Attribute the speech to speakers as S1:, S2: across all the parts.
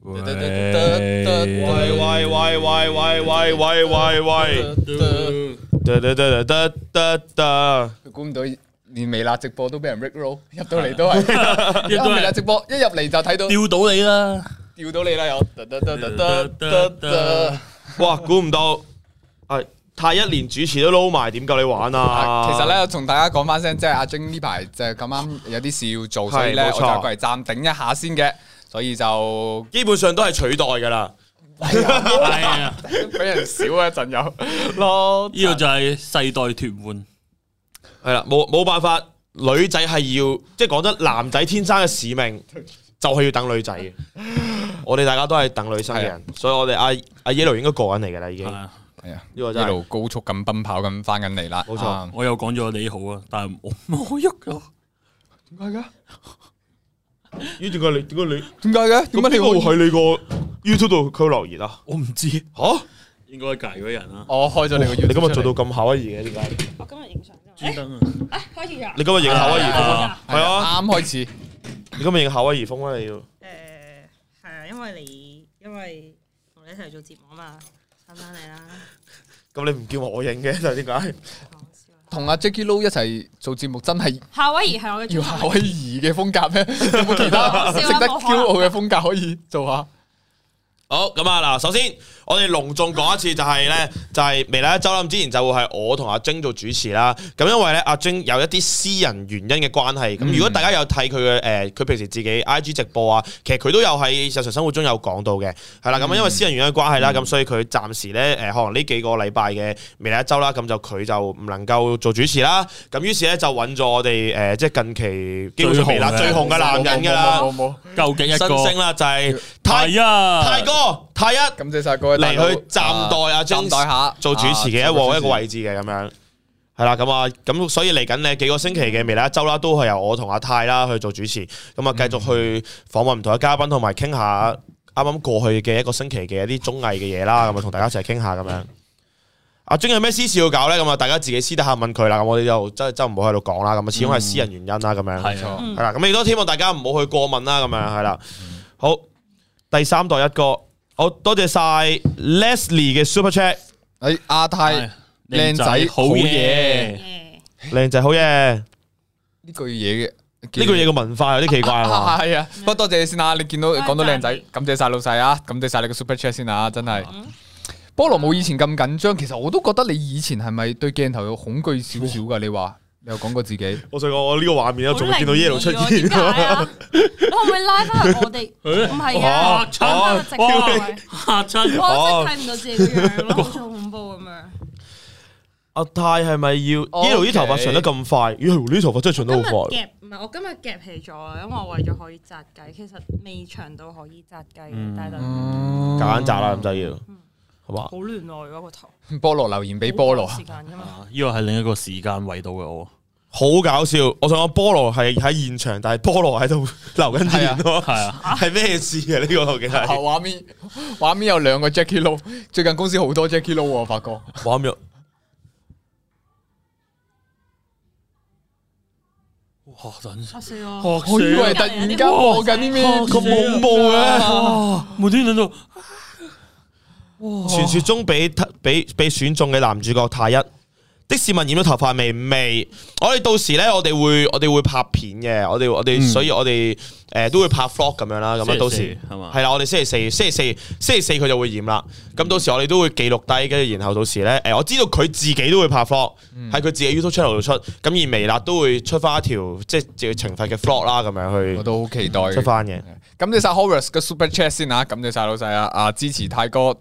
S1: 喂
S2: 喂喂喂喂喂喂喂喂喂，得得得得得得，
S1: 佢估唔到連微辣直播都俾人 Rick Roll，入到嚟都係。
S3: 亦
S1: 一
S3: 都
S1: 微辣
S3: 係
S1: 直播一入嚟就睇到
S3: 吊到你啦，
S1: 吊到你啦，又得得得得得得。
S2: 哇，估唔到，係太一連主持都撈埋，點夠你玩啊？
S1: 其實咧，同大家講翻聲，即係阿晶呢排就咁啱有啲事要做，所以咧
S2: 係
S1: 我
S2: 冇錯
S1: 就過嚟暫停一下先嘅，所以就
S2: 基本上都係取代㗎啦。
S3: 係啊，
S1: 俾人少一
S2: 啊
S1: 陣有咯。
S3: 呢個就係世代屯換，
S2: 系啦，冇冇办法，女仔係要，即系讲真，男仔天生嘅使 命就係要等女仔嘅。我哋大家都係等女生嘅人，所以我哋阿阿 Yellow 應該過緊嚟㗎啦，已經
S3: 啊係
S2: 呢
S3: 啊
S1: 係啊，
S2: 個
S1: 一
S2: 真係
S1: 路高速咁奔跑咁翻緊嚟啦。
S2: 冇錯
S1: 啊
S3: 我又講咗你好啊，但係我冇喐咗，
S2: 咦？點解你點解你
S1: 點解嘅？點
S2: 咁呢
S1: 解你
S2: 個
S1: 會
S2: 喺你個 YouTube 度佢留言啊？
S3: 我唔知，
S2: 吓，
S3: 應該係嗰人啦，
S1: 我開哦咗你個 YouTube
S2: 哦你今日做
S1: 出嚟
S2: 到咁夏威夷嘅點解？
S4: 我哦今日影相
S3: 專
S4: 啫，
S3: 登啊，
S4: 哎，開始呀
S2: 你今日影夏威夷風啊？
S3: 啊
S4: 啊，
S2: 係啊，
S1: 啱開始，
S2: 你今日影夏威夷風啊？你要
S4: 誒係啊，因為你因為同你一齊做節目啊嘛，親親你啦，
S2: 咁你唔叫我影嘅就係點解？
S4: 講笑啦。
S1: 同阿 Jackie Lou 一齊做節目，真係
S4: 夏威夷係我嘅
S1: 要
S4: 專
S1: 夏
S4: 長，
S1: 威夷嘅風 格咩？有冇其他值得驕傲嘅風格可以做下？
S2: 好咁啊！嗱，首先我哋隆重講一次就係咧，就係未來一周諗之前就會係我同阿晶做主持啦。咁因為咧，阿晶有一啲私人原因嘅關係。咁、如果大家有睇佢嘅誒，佢、平時自己 IG 直播啊，其實佢都有喺日常生活中有講到嘅，係啦。咁、因為私人原因嘅關係啦，咁、所以佢暫時咧誒，可能呢幾個禮拜嘅未來一周啦，咁就佢就唔能夠做主持啦。咁於是咧就揾咗我哋誒、即係近期基本上微辣最
S3: 最
S2: 紅
S3: 紅啊
S2: 嘅男人㗎啦，
S1: 冇冇冇，冇
S3: 究竟一
S2: 新
S3: 個
S2: 星啦就係泰
S3: 係啊，
S2: 泰哥泰一。
S1: 感謝晒各位
S2: 嚟
S1: 大佬
S2: 去暫代阿
S1: 啊
S2: James
S1: 暫代下
S2: 做主持嘅一
S1: 啊
S2: 個一個位置嘅咁樣。係啦，咁啊，咁所以嚟緊呢幾個星期嘅未來一周啦，都係由我同阿泰啦去做主持，咁啊繼續
S1: 嗯
S2: 去訪問唔同嘅嘉賓，同埋傾下啱啱過去嘅一個星期嘅一啲綜藝嘅嘢啦，咁啊同大家一齊傾下咁樣。阿晶有咩私事要搞呢？咁啊，大家自己私底下問佢啦。咁我哋就真係真係唔好喺度講啦。咁啊，始終係私人原因啦，咁樣。
S3: 係啊，
S4: 嗯
S2: 係啦，咁亦都希望大家唔好去過敏啦，咁樣係啦。好，第三代一個，好多謝晒 Leslie 嘅 Super Chat，
S1: 誒哎阿泰
S3: 係
S1: 靚仔好
S3: 好
S1: 嘢
S3: 嘢，
S4: 耶
S2: 靚仔好嘢。呢
S1: 呢句嘢嘅
S2: 句嘢嘅文化有啲奇 怪啊，
S1: 啊係啊，
S4: 嗯
S1: 不過多謝你先啊！你見到
S4: 多謝
S1: 講到靚仔
S4: 你，
S1: 感謝晒老細啊，感謝晒你個 super chat 先啊！真係
S4: 嗯
S1: 菠蘿冇以前咁緊張，其實我都覺得你以前係咪對鏡頭有恐懼少少
S4: 嗯
S1: 㗎？你話你有講過自己？
S2: 我想講我呢個畫面咧，
S4: 好
S2: 仲會見到
S4: 靈
S2: yellow
S4: 異
S2: 出
S4: 喎
S2: 現哎
S4: 點。解啊？你可唔可以拉翻啊 我哋？唔係
S2: 哇
S4: 啊，拉翻個直播
S3: 哇
S4: 位
S3: 嚇親，
S4: 我真係睇唔到自己個樣咯，好似好恐怖咁樣。
S2: 阿泰係咪要 yellow 啲頭髮長得咁快？咦，呢啲頭髮真係長
S4: 哦今
S2: 得
S4: 日
S2: 好快。
S4: 夾唔係我今日夾起咗啊，因為我為咗可以紮雞，其實未長到可以紮雞
S2: 嗯
S4: 嘅，嗯但係就
S2: 夾硬扎啦，咁就要，好嘛？
S4: 好亂來嗰個頭。
S1: 菠蘿留言俾菠蘿
S4: 好趕時間㗎嘛。
S3: 啊呢個係另一個時間位到嘅我，
S2: 好搞笑！我想講菠蘿係喺現場，但係菠蘿喺度 流緊言咯，
S3: 係啊，
S2: 係咩事啊？呢個究竟係
S1: 畫面畫面有兩個 Jackie Lou，最近公司好多 Jackie Lou 喎我發覺。
S2: 畫面。
S3: 哇等陣
S2: 哦
S4: 嚇啊死我！
S1: 我以
S3: 啊
S1: 為突然間播緊啲咩
S2: 啊咁恐怖啊嘅，
S3: 哇！無端端到哦
S2: 傳說中俾俾俾選中嘅男主角太一，的士問染咗頭髮未？未，我哋到時咧，我哋會我哋會拍片嘅，我哋我哋，所以我哋誒都會拍 vlog 咁樣啦，咁
S3: 嗯星期
S2: 啊到
S3: 四
S2: 時
S3: 係嘛
S2: 係啦，我哋星期四星期四星期四佢就會染啦，咁到時我哋都會記錄低，跟住然後到時咧誒，我知道佢自己都會拍 vlog，喺
S3: 嗯
S2: 佢自己 YouTube channel 度出，咁而微辣都會出翻一條即係要懲罰嘅 vlog 啦，咁
S1: 我
S2: 樣去
S1: 都好期待。
S2: 出翻嘅。
S1: 感謝晒 Horace 嘅 Super Chat 先啊，感謝晒老細啊，啊支持泰哥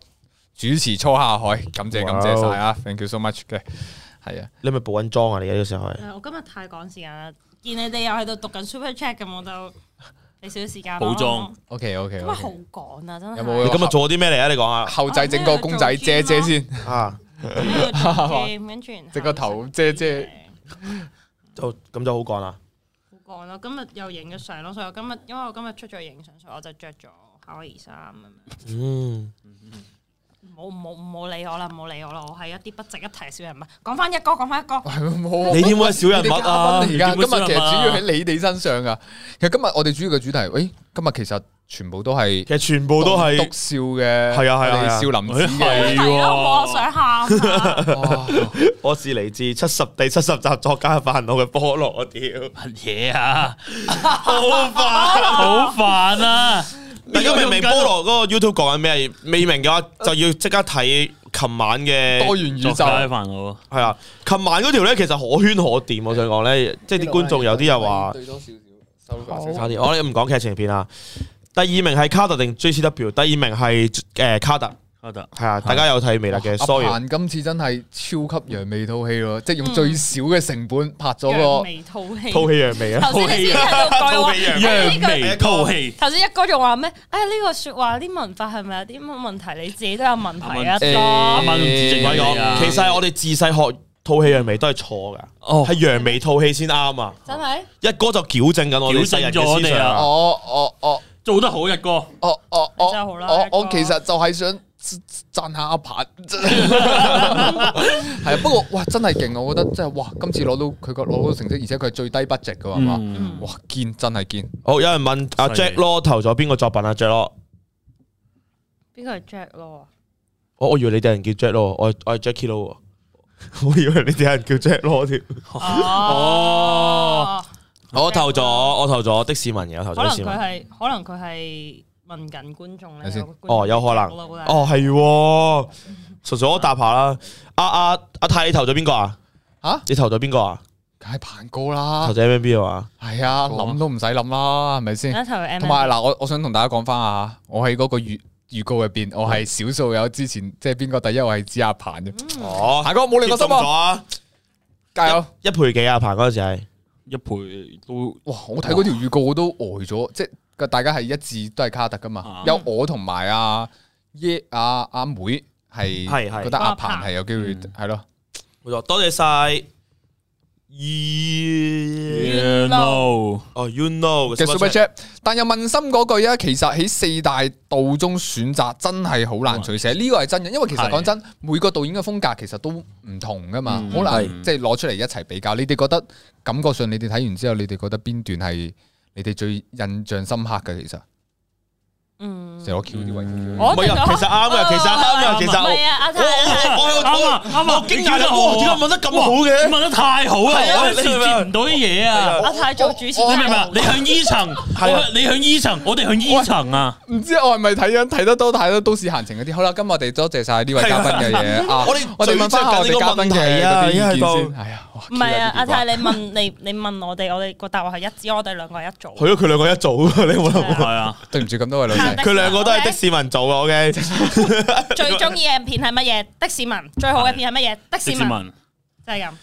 S1: 主持初下海，感謝
S2: 哇
S1: 感
S2: 哦
S1: 謝晒啊，thank you so much 嘅，係啊，
S2: 你係咪補緊妝啊？你而家呢個時候係。
S4: 誒我今日太趕時間啦，見你哋又喺度讀緊 super chat 咁，我就俾少少時間咯
S3: 補妝。
S1: OK OK
S4: 今日好趕啊，真係。
S1: 有冇
S2: 你今日做咗啲咩嚟啊？你講啊！
S1: 後製整個公仔遮遮先，
S2: 啊，
S4: 跟住跟住然後
S1: 整個頭遮遮
S2: 就咁就好講啦。
S4: 好趕咯。今日又影咗相咯，所以我今日因為我今日出咗去影相，所以我就着咗夏威夷衫咁樣。
S2: 嗯，
S4: 唔好唔好唔好理我啦，唔好理我啦，我係一啲不值一提小人物。講翻一個，講翻一
S2: 啊
S4: 個。
S1: 冇
S2: 你點會係小人物啊？
S1: 而家
S3: 你
S1: 今日
S3: 點會
S1: 其實
S3: 小人物啊
S1: 主要喺你哋身上噶，其實今日我哋主要嘅主題，誒，今日其實全部都係
S2: 其實全部都係
S1: 棟篤笑嘅，
S2: 係啊係啊係啊
S1: 我哋少林寺
S3: 哎
S1: 嘅，
S3: 係
S1: 哦
S3: 喎
S4: 我想喊啊！
S1: 哇
S2: 我是嚟自七十第七十集作家煩惱嘅菠蘿， 屌，
S3: 乜嘢啊？
S2: 好煩！
S3: 好煩啊！
S2: 大家明唔明菠蘿嗰個 YouTube 講緊咩？未明嘅話就要即刻睇琴晚嘅
S1: 多元宇
S3: 作
S1: 宙
S3: 家嘅煩惱啊！
S2: 係啊，琴晚嗰條咧其實可圈可點，我想講咧， 即係啲觀眾有啲又話
S1: 對多少少收
S4: 好
S2: 差啲，我哋唔講劇情片啊。第二名係卡特定 JCW，第二名係誒卡特，
S3: 得得，
S2: 係啊，大家有睇未啦嘅，sorry，
S1: 阿彭今次真係超級揚味套戲
S4: 嗯
S1: 咯，即係用最少嘅成本拍咗
S4: 揚
S1: 個
S4: 眉吐氣。
S2: 套戲揚味啊，
S4: 頭先你先喺度講話
S2: 吐氣揚
S4: 呢
S3: 揚
S4: 句
S3: 眉吐氣，
S4: 頭先一哥仲話咩？哎，呢個説話啲文法係咪有啲乜問題？你自己都有問題啊，
S1: 誒
S4: 多
S3: 啱啱唔知
S2: 唔
S3: 正
S2: 係
S3: 位
S2: 講，
S3: 啊！
S2: 其實我哋自細學套戲揚味都係錯噶，
S3: 哦
S2: 係揚味套戲先啱啊。
S4: 真係
S2: 一哥就矯正緊我哋
S3: 矯
S2: 世
S3: 正
S2: 人
S3: 咗我
S2: 嘅思
S3: 哋
S2: 想
S1: 哦
S3: 啊！
S2: 啊
S1: 哦哦
S3: 做得好一哥，
S1: 哦哦
S4: 你真係好
S1: 哦
S4: 啦
S1: 哦，我
S4: 一個
S1: 其實就係想讚下阿 彭，係啊，不過哇真係勁啊，我覺得真係哇，今次攞到佢個攞到成績，而且佢係最低 budget 嘅係嘛，
S3: 嗯，
S1: 哇堅真係堅，
S2: 好，有人問阿
S3: 犀
S2: Jack
S3: 利
S2: 咯，投咗邊個作品啊？Jack 咯，
S4: 邊個係 Jack 咯？
S2: 我我以為你哋有人叫 Jack 咯，我我係 Jackie 咯，我以為你哋有人叫 Jack 咯添。
S4: 哦，
S2: 我投咗，我投咗的士文嘅，我投咗
S4: 可
S2: 的
S4: 能
S2: 士
S4: 佢
S2: 文。
S4: 係，可能佢係問緊觀眾
S1: 睇
S4: 咧
S1: 先。
S2: 哦有可能哦，係喎，純粹我答下啦。阿阿阿泰，你投咗邊個啊？
S1: 嚇
S2: 你投咗邊個啊？
S1: 梗係彭哥啦
S2: 投，咗 M M B 啊嘛？
S1: 係啊，
S3: 講啊
S1: 諗都唔使諗啦，係咪先？
S4: 一頭 M，
S1: 同埋嗱，我我想同大家講翻啊，我喺嗰個預預告入邊，我係少數有之前即係邊個第一，我係指阿彭嘅。
S4: 嗯
S2: 哦，
S1: 彭哥冇你
S2: 接
S1: 個
S2: 中
S1: 心
S2: 咗
S1: 啊，
S2: 啊！
S1: 加油！
S2: 一倍幾啊？彭嗰陣時係
S3: 一倍都
S1: 哇，我睇嗰條預告我都呆咗，即係大家係一致都係卡特噶嘛
S3: 啊，
S1: 有我同埋阿耶阿阿妹係
S2: 嗯係係
S1: 覺得阿彭
S4: 阿彭
S1: 係有機會
S3: 嗯
S1: 係咯，
S2: 冇錯，多謝晒。
S3: Yeah,
S2: 咦
S3: no，
S2: 哦，you know
S1: 嘅 Super Chat，但又問心嗰句啊，其實喺四大道中選擇真係好難取捨，呢個係真嘅，因為其實
S3: 係
S1: 講真，每個導演嘅風格其實都唔同噶嘛，
S3: 嗯
S1: 好難
S3: 係
S1: 即係攞出嚟一齊比較。你哋覺得感覺上，你哋睇完之後，你哋覺得邊段係你哋最印象深刻嘅？其實
S4: 嗯，
S1: 成日攞 Q 啲位哦
S3: 嗯
S2: 唔係啊，其實啱嘅，其實啱嘅，其實
S4: 唔係啊，阿
S2: 我我
S3: 啱啊
S2: 我
S3: 啱啊，
S2: 我驚訝咗，
S3: 好
S2: 哇！點解問得咁好
S3: 你
S2: 嘅？
S3: 問得啊太好啦，
S2: 係啊
S3: 我有時接唔到啲嘢啊！
S4: 阿泰做主持，
S3: 你明唔明啊？你向 E 層，
S2: 啊
S3: 我你向 E 層，我哋向 E 層啊！
S1: 唔知我係咪睇緊睇得多太多都市閒情嗰啲？好啦，今日我哋多謝晒呢位嘉賓嘅嘢啊！
S2: 我哋
S1: 我哋問翻下我哋嘉賓嘅嗰啲意見先。係啊，哇
S4: 唔係啊，
S1: Q
S4: 阿
S1: 得
S4: 泰，你問你你問我哋，我哋個答案係一致，我哋兩個係一組。
S2: 係咯，佢兩個一組喎，你冇諗
S3: 係啊，
S1: 對唔住咁多位女仔。
S2: 佢兩個都係的士文組嘅，OK。
S4: 最中意嘅片係乜嘢？的士文最好嘅片係乜嘢？的
S3: 直
S4: 士
S3: 接
S4: 文
S3: 問
S4: 就係咁。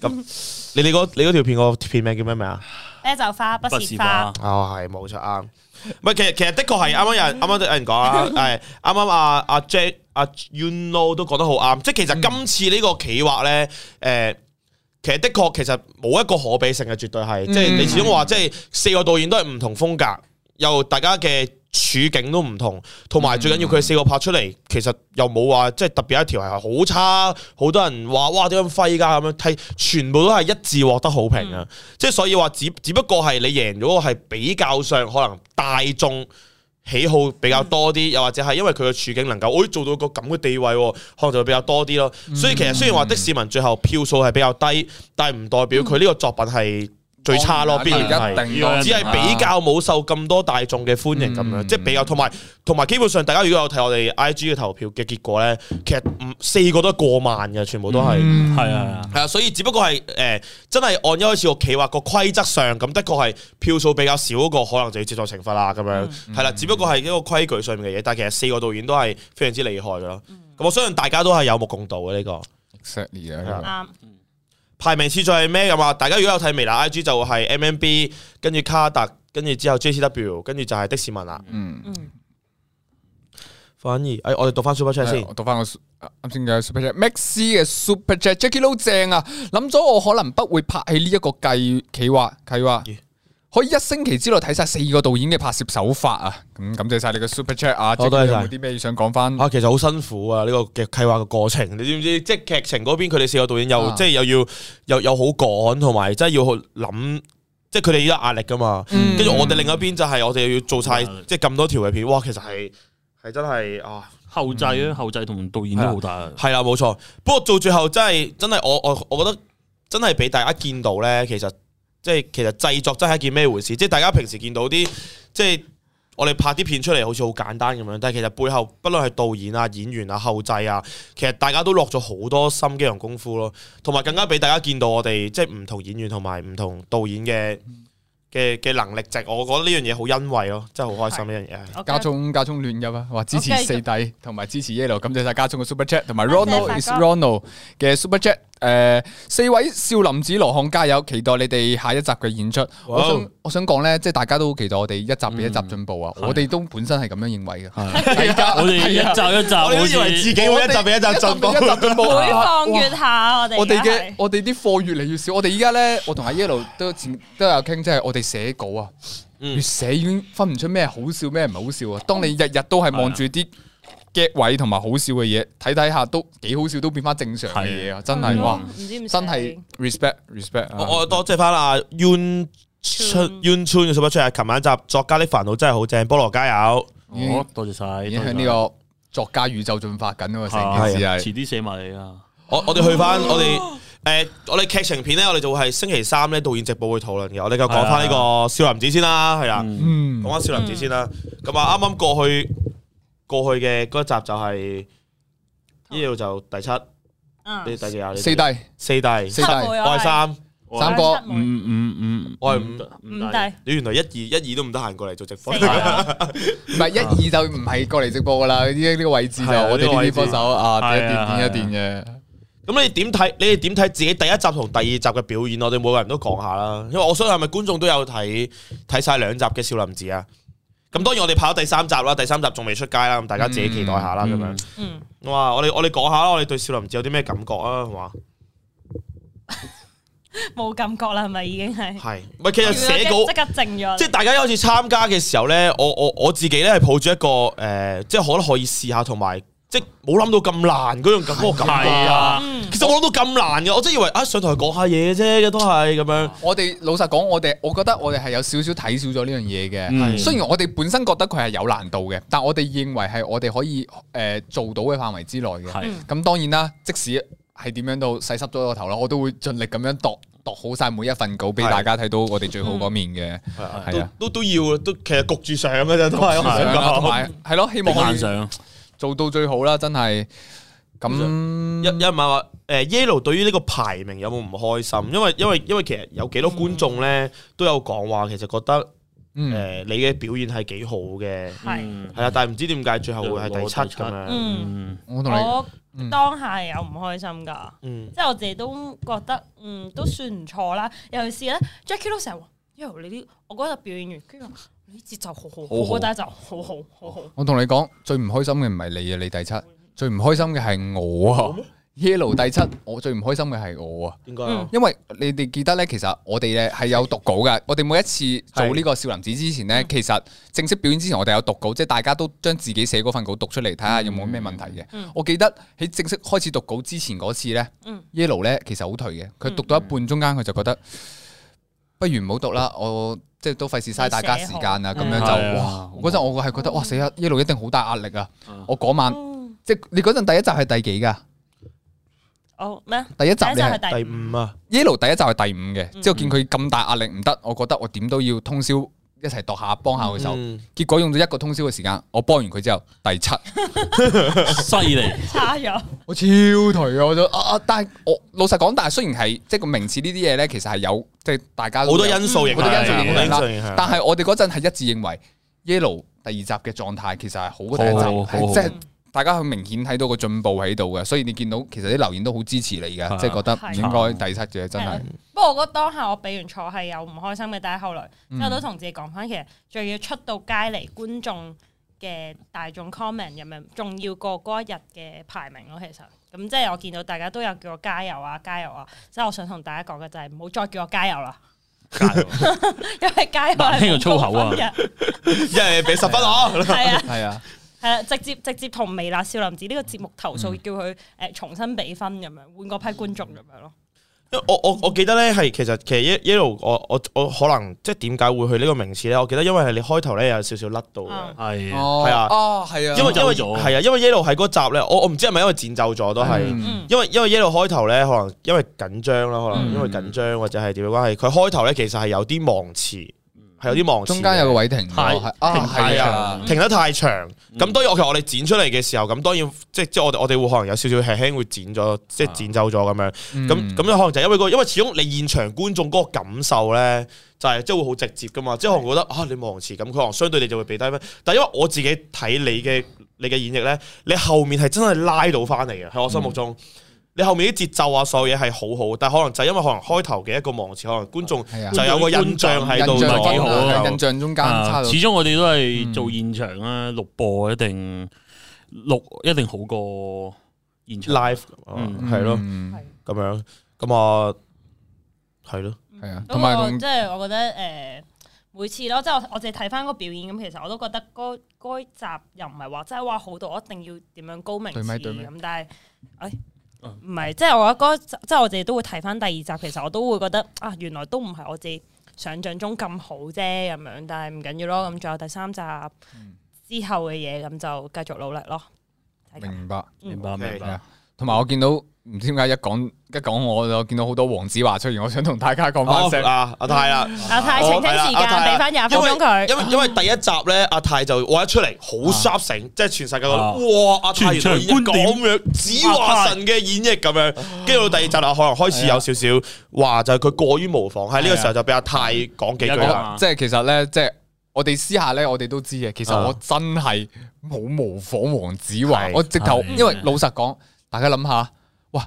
S2: 你你嗰你嗰條片個片名叫咩名啊？
S4: 咧就花不
S3: 不
S4: 是
S3: 是
S4: 花
S3: 吧，？
S2: 哦，係冇錯啱。唔係，其實其實的確係啱啱有人啱啱都有人講啊，係啱啱阿阿 Jack 阿 You Know 都講得好啱，即係其實今次呢個企劃咧，誒、其實的確其實冇一個可比性嘅，絕對係，即係你始終話即係四個導演都係唔同風格，又大家嘅處境都唔同，同埋最緊要佢哋四個拍出嚟，其實又冇話即係特別一條係好差，好多人話哇點樣廢㗎咁樣，睇全部都係一致獲得好評啊！即係所以話只只不過係你贏咗個係比較上可能大眾喜好比較多啲，又或者係因為佢嘅處境能夠，我、哎、做到個咁嘅地位喎，可能就會比較多啲咯。所以其實雖然話的士文最後票數係比較低，但係唔代表佢呢個作品係最差
S1: 哦
S2: 咯，必然係。
S1: 啊一定咯
S2: 只係比較冇受咁多大眾嘅歡迎咁樣，
S1: 嗯
S2: 即係比較同埋同埋基本上大家如果有睇我哋 I G 嘅投票嘅結果咧，其實唔四個都過萬嘅，全部都係。
S1: 嗯
S3: 係啊，
S2: 係啊，所以只不過係誒、呃真係按一開始個企劃個規則上，咁的確係票數比較少嗰個，可能就要接受懲罰啊啦咁樣。係啦、只不過係一個規矩上面嘅嘢，但係其實四個導演都係非常之厲害嘅咯。咁我相信大家都係有目共睹嘅呢、個。
S1: Exactly 啊
S2: 係啊
S4: 啱。
S2: 排名次序係咩咁啊？大家如果有睇微辣 I G 就係 M M B，跟住卡特，跟住之後 J C W，跟住就係的士文啦。
S1: 嗯，
S4: 嗯，
S2: 反而誒、哎我哋讀翻 Super Chat 先
S1: 我。讀翻我啱先嘅 super chat，Max 嘅 super chat，Jackie Lou 正啊！諗咗我可能不會拍戲呢一個計企劃計劃
S2: 咦。
S1: 可以一星期之內睇晒四個導演嘅拍攝手法啊！咁感謝晒你嘅 super chat 啊
S2: 好
S1: Jackie
S2: 多謝
S1: Lou 有
S2: 晒
S1: 冇啲咩想講翻？
S2: 啊，其實好辛苦啊！呢、個嘅計劃嘅過程，你知唔知？即係劇情嗰邊，佢哋四個導演又、
S1: 啊
S2: 即係又要又又好趕，同埋真係要去諗即係佢哋有壓力噶嘛。
S1: 嗯
S2: 跟住我哋另一邊就係我哋要做晒
S3: 嗯
S2: 即係咁多條嘅片，哇！其實係係真係啊，
S3: 後製啊，
S1: 嗯
S3: 後製同導演都好大。
S2: 係啦，冇錯。不過做最後真係真係我我我覺得真係俾大家見到咧，其實即係其實製作真係一件咩回事？即係大家平時見到啲即係。我哋拍啲片出嚟好似好簡單咁樣，但係其實背後不論係導演啊、演員啊、後製啊，其實大家都落咗好多心機同功夫咯，同埋更加俾大家見到我哋即係唔同演員同埋唔同導演嘅嘅嘅能力值，我覺得呢樣嘢好欣慰咯，真係好開心呢樣嘢係。
S4: 我
S1: 家
S4: 加
S1: 聰家聰亂入啊！話支持
S4: Okay，
S1: 四弟同埋支持 Yellow，感謝晒家聰嘅 Super Chat，同埋
S4: 多謝
S1: Ronald
S4: 發
S1: is
S4: 哥
S1: Ronald 嘅 Super Chat。诶，四位少林寺羅漢加油！期待你哋下一集嘅演出。我想我想講咧，即係大家都好期待我哋一集比一集進步啊！我哋都本身係咁樣認為嘅。係家
S3: 我哋一
S1: 係啊
S3: 集一集，
S2: 我哋都以為自己會一集比一集進步
S1: 一集比一集進步，
S4: 每況
S1: 哇
S4: 愈下，我哋
S1: 我哋
S4: 而家
S1: 嘅
S4: 啊係
S1: 我哋啲貨越嚟越少，我哋依家咧，我同阿 Yellow 都前都有傾，即係我哋寫稿啊，
S2: 嗯
S1: 越寫已經分唔出咩好笑咩唔好笑啊。當你日日都係望住啲 get 位同埋好笑嘅嘢，睇睇下都幾好笑，都變翻正常嘅嘢啊！真係
S4: 咯
S1: 哇，
S4: 唔知唔
S1: 真係 respect respect 啊
S2: 我我多謝翻阿 Yun 春 Yun 春嘅 super chat，琴啊晚集作家啲煩惱真係好正，菠蘿加油！
S3: 好哦多謝晒，
S1: 已經向呢個作家宇宙進發緊啊！成
S3: 係
S1: 件事係
S3: 遲啲寫埋你啊。
S2: 我我哋去翻我哋诶，我哋劇情片咧，我哋就會係星期三咧導演直播會討論嘅，我哋就講翻呢個少林寺先啦，係啦，
S1: 啊
S2: 啊
S1: 嗯
S2: 講翻少林寺先啦。咁啊，啱啱過去過去嘅嗰一集就係呢度就第七，你
S4: 嗯
S2: 第幾啊？你
S1: 四弟
S2: 四弟，
S1: 四弟
S4: 七妹啊
S2: 我係三，
S1: 三哥
S4: 七
S3: 五
S4: 妹
S3: 五五，
S2: 我係五。
S4: 五弟
S2: 你原來一二一二都唔得閒過嚟做直播
S4: 四，啊
S1: 唔係一二就唔係過嚟直播噶啦，依家呢個位置就
S2: 係啊
S1: 我哋
S2: 呢個
S1: 呢
S2: 位
S1: 啲
S2: 置
S1: 幫手啊，點一
S3: 係啊
S1: 點
S3: 係啊
S1: 點一點嘅。
S2: 咁你點睇？你哋點睇自己第一集同第二集嘅表演？我哋每個人都講下啦，因為我相信係咪觀眾都有睇睇晒兩集嘅少林寺啊？咁當然我哋拍咗第三集啦，第三集仲未出街啦，咁大家自己期待下啦，咁
S3: 嗯
S2: 樣。
S4: 嗯
S2: 哇！我哋我哋講下啦，我哋對少林寺有啲咩感覺啊？係嘛？
S4: 冇感覺啦，係咪已經係？
S2: 係咪其實 寫稿
S4: 即刻靜咗，
S2: 即係大家一開始參加嘅時候咧，我我我自己咧係抱住一個誒、呃即係可能可以試下，同埋即係冇諗到咁難嗰種感嗰個感覺。
S3: 係啊，
S4: 嗯
S2: 其實我諗到咁難嘅，我真係以為啊上台講下嘢啫，都係咁樣。
S1: 我哋老實講，我哋我覺得我哋係有少少睇少咗呢樣嘢嘅。
S3: 嗯
S1: 雖然我哋本身覺得佢係有難度嘅，但我哋認為係我哋可以诶、呃做到嘅範圍之內嘅。
S3: 係
S1: 咁啊嗯當然啦，即使係點樣都洗濕咗個頭啦，我都會盡力咁樣度度好晒每一份稿，俾
S2: 係
S1: 大家睇到我哋最好嗰面嘅。
S2: 係啊
S1: 係啊
S2: 都都都要，都其實焗住上嘅啫，都嗯係
S3: 係
S2: 我想
S1: 係啊同
S2: 講。
S1: 埋係咯，希望
S3: 頂
S1: 可
S3: 硬
S1: 以
S3: 上，
S1: 做到最好啦，真係
S2: 有
S1: 咁
S2: 有人問話誒 Yellow 對於呢個排名有冇唔開心？因為因為因為其實有幾多觀眾咧都有講話，其實覺得誒、呃
S1: 嗯。
S2: 你嘅表現係幾好嘅，
S4: 係。
S2: 係啊，但係唔知點解最後會係第七咁樣。
S4: 嗯，
S3: 嗯，
S1: 我同你
S4: 我
S1: 嗯
S4: 當下係有唔開心㗎，
S2: 嗯，
S4: 即係我自己都覺得嗯都算唔錯啦。尤其是咧，Jackie 都成日話：，喲你啲我嗰日表演完，跟住話你啲節奏好好，
S3: 好好
S4: 我覺得就好好好好。
S1: 我同你講，最唔開心嘅唔係你啊，你第七，最唔開心嘅係我啊，Yellow 第七，我最唔開心嘅係我啊。
S2: 應該
S4: 嗯
S1: 因為你哋記得咧，其實我哋咧係有讀稿噶。我哋每一次做呢個少林寺之前
S4: 嗯
S1: 咧，其實正式表演之前，我哋有讀稿，即係大家都將自己寫嗰份稿讀出嚟，睇下有冇咩問題嘅。
S4: 嗯
S1: 我記得喺正式開始讀稿之前嗰次咧、
S4: 嗯
S1: y e l l o w 咧其實好頹嘅，佢讀到一半中間佢就覺得不如唔好讀啦，我即係都費事嘥大家時間啊啦，咁樣
S3: 嗯
S1: 就哇！嗰陣我係覺得哇死啦，Yellow 一定好大壓力哦啊
S3: 嗯！
S1: 我嗰晚
S4: 嗯
S1: 即係你嗰陣第一集係第幾㗎？
S4: 哦咩？
S1: 第一集
S4: 第一
S1: 你
S4: 集
S1: 係
S4: 係。第
S2: 第五啊，
S1: Yellow 第一集係第五嘅，
S4: 嗯
S1: 之後見佢咁大壓力唔得，我覺得我點都要通宵一齊度下幫下佢手。
S2: 嗯
S1: 結果用咗一個通宵嘅時間，我幫完佢之後第七，
S3: 犀利，
S4: 差咗，
S1: 我超頹啊！我都啊啊但係我老實講，但係雖然係即係個名次呢啲嘢咧，其實係有即係大家都
S2: 好多
S1: 有
S2: 因素影響，
S1: 好多因素影響啦
S2: 好多因素影響啊
S1: 但係我哋嗰陣係一致認為 Yellow 第二集嘅狀態其實係好過第一集，
S3: 好好好
S1: 係即係大家好明顯睇到個進步喺度嘅，所以你見到其實啲留言都好支持你
S3: 係啊
S1: 嘅，即係覺得唔應該第七嘅真係
S4: 係。不過我覺得當下我俾完錯係有唔開心嘅，但係啊後來
S3: 嗯
S1: 嗯
S4: 之後都同自己講翻，其實仲要出到街嚟觀眾嘅大眾 comment 咁樣，仲要過嗰一日嘅排名咯。其實咁即係我見到大家都有叫我加油啊，加油啊！即係我想同大家講嘅就係唔好再叫我加油啦， 因為加油係
S3: 聽個粗口啊
S4: 冇高分嘅
S2: 一係俾十分我，
S4: 係啊
S1: 係啊，
S4: 係啊，直接直接同
S3: 嗯
S4: 微辣少林寺呢個節目投訴，叫佢誒重新俾分咁樣，換個批觀眾咁樣咯。
S2: 因為我我我記得咧係其實其實一一路我我我可能即係點解會去呢個名次咧？我記得因為係你開頭咧有少少甩到嘅
S4: 嗯。
S3: 係啊
S1: 哦
S2: 係啊
S1: 哦，系啊，
S2: 因為因為
S3: 剪走咗
S2: 係啊，因為 Yellow 喺嗰集咧，我我唔知係咪因為剪走咗都係，
S1: 嗯
S4: 嗯
S2: 因為因為 Yellow 開頭咧，可能因為緊張啦，可能
S1: 嗯
S2: 因為緊張或者係點樣關係，佢開頭咧其實係有啲忘詞，
S3: 嗯
S2: 係有啲忘詞嘅，
S1: 中間有個位停咗，
S3: 係
S1: 係啊，
S3: 停
S1: 係
S2: 係
S1: 啊
S2: 啊，，停得太長。
S1: 嗯
S2: 咁當然我其實我哋剪出嚟嘅時候，咁當然即即我哋我哋會可能有少少輕輕會剪咗，即
S1: 啊
S2: 係剪走咗咁樣。咁咁
S1: 咁
S2: 有可能就係因為個，因為始終你現場觀眾嗰個感受咧，就係即係會好直接噶嘛。即係可能覺得啊，你忘詞咁，佢可能相對你就會俾低分。但係因為我自己睇你嘅你嘅演繹咧，你後面係真係拉到翻嚟嘅，喺我心目中。
S1: 嗯
S2: 你後面啲節奏啊，所有嘢係好好，但係可能就係因為可能開頭嘅一個忘詞，可能觀眾
S1: 係啊
S2: 就有個印象喺度，
S1: 印
S2: 就
S1: 象
S2: 幾
S1: 中
S2: 好啊
S1: 印象中間差
S3: 啊
S1: 到嗯
S3: 始終我哋都係做現場啦，錄播一定錄一定好過現場。
S2: live 哦
S3: 嗯
S2: 係咯
S1: 嗯
S2: 咁樣咁啊，係咯，
S1: 係啊，同
S4: 咁我
S1: 埋
S4: 即係我覺得誒、呃每次咯，即係我我淨係睇翻個表演咁，其實我都覺得嗰嗰集又唔係話真係話好到我一定要點樣高明
S1: 對咪對咪
S4: 詞咁，但係誒
S3: 嗯
S4: 唔係，即係我覺得嗰即係我自己都會睇翻第二集，其實我都會覺得啊，原來都唔係我自己想像中咁好啫咁樣，但係唔緊要咯，咁仲有第三集之後嘅嘢，咁就繼續努力咯。睇嗯緊
S1: 明白。
S3: 明白明
S1: 係
S3: 白
S1: 啊。同埋我見到唔知點解一講一講我就見到好多黃子華出現，我想同大家講翻
S2: 好
S1: 聲，
S2: 啊，阿泰啦。
S4: 阿泰澄清時
S2: 我係啦阿
S4: 間，
S2: 泰
S4: 俾翻廿分鐘佢。
S2: 因為因為第一集咧，阿泰就我一出嚟好 sharp 醒，即係全世界覺得
S3: 啊
S2: 哇，阿泰
S3: 全場
S2: 原來演繹
S3: 觀點
S2: 咁樣，子華神嘅演繹咁樣，跟住到第二集啦，可能開始有少少話就係佢過於模仿，喺呢個時候就俾阿泰講幾句
S3: 係
S2: 啦。
S3: 啊
S1: 我即係其實咧，即係我哋私下咧，我哋都知嘅。其實
S2: 啊
S1: 我真係冇模仿黃子華，
S2: 係
S1: 我直頭
S3: 係
S1: 因為老實講，大家諗下，哇，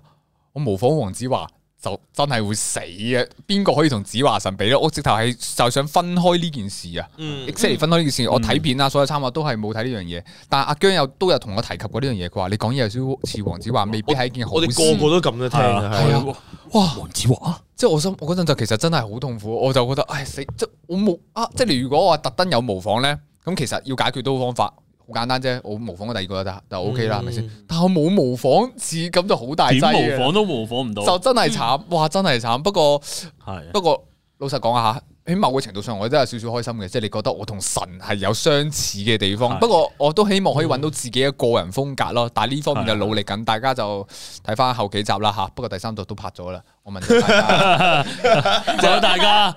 S1: 我模仿黃子華就真係會死嘅，邊個可以同子華神比咧？我直頭係就想分開呢件事啊。
S2: 嗯
S1: e x c 分開呢件事，我睇片啊，所有參考都係冇睇呢樣嘢。但係阿姜有都有同我提及過呢樣嘢，佢話你講嘢有少少似黃子華，未必係一件好
S2: 我哋
S1: 事
S2: 個個都咁樣聽
S3: 係
S2: 啊，係啊
S3: 啊，
S1: 哇
S3: 黃子華
S1: 即係我心，我嗰陣就其實真係好痛苦，我就覺得，唉死！即係我冇啊！即係你如果我特登有模仿咧，咁其實要解決到方法好簡單啫，我模仿個第二個就得就 OK 啦，係咪先？但我冇模仿似咁就好大劑
S3: 嗯點
S1: 嘅
S3: 模仿都模仿唔到，嗯
S1: 就真係慘，哇！真係慘。不過
S3: 係
S1: 不過老實講下，喺某個程度上我真係有少少開心嘅，即係你覺得我同神係有相似嘅地方。
S3: 係
S1: 不過我都希望可以揾到自己嘅個人風格咯。但係呢方面就
S3: 係
S1: 努力緊，大家就睇翻後幾集啦吓。不過第三集都拍咗啦，我問咗大家。
S3: 就有大家。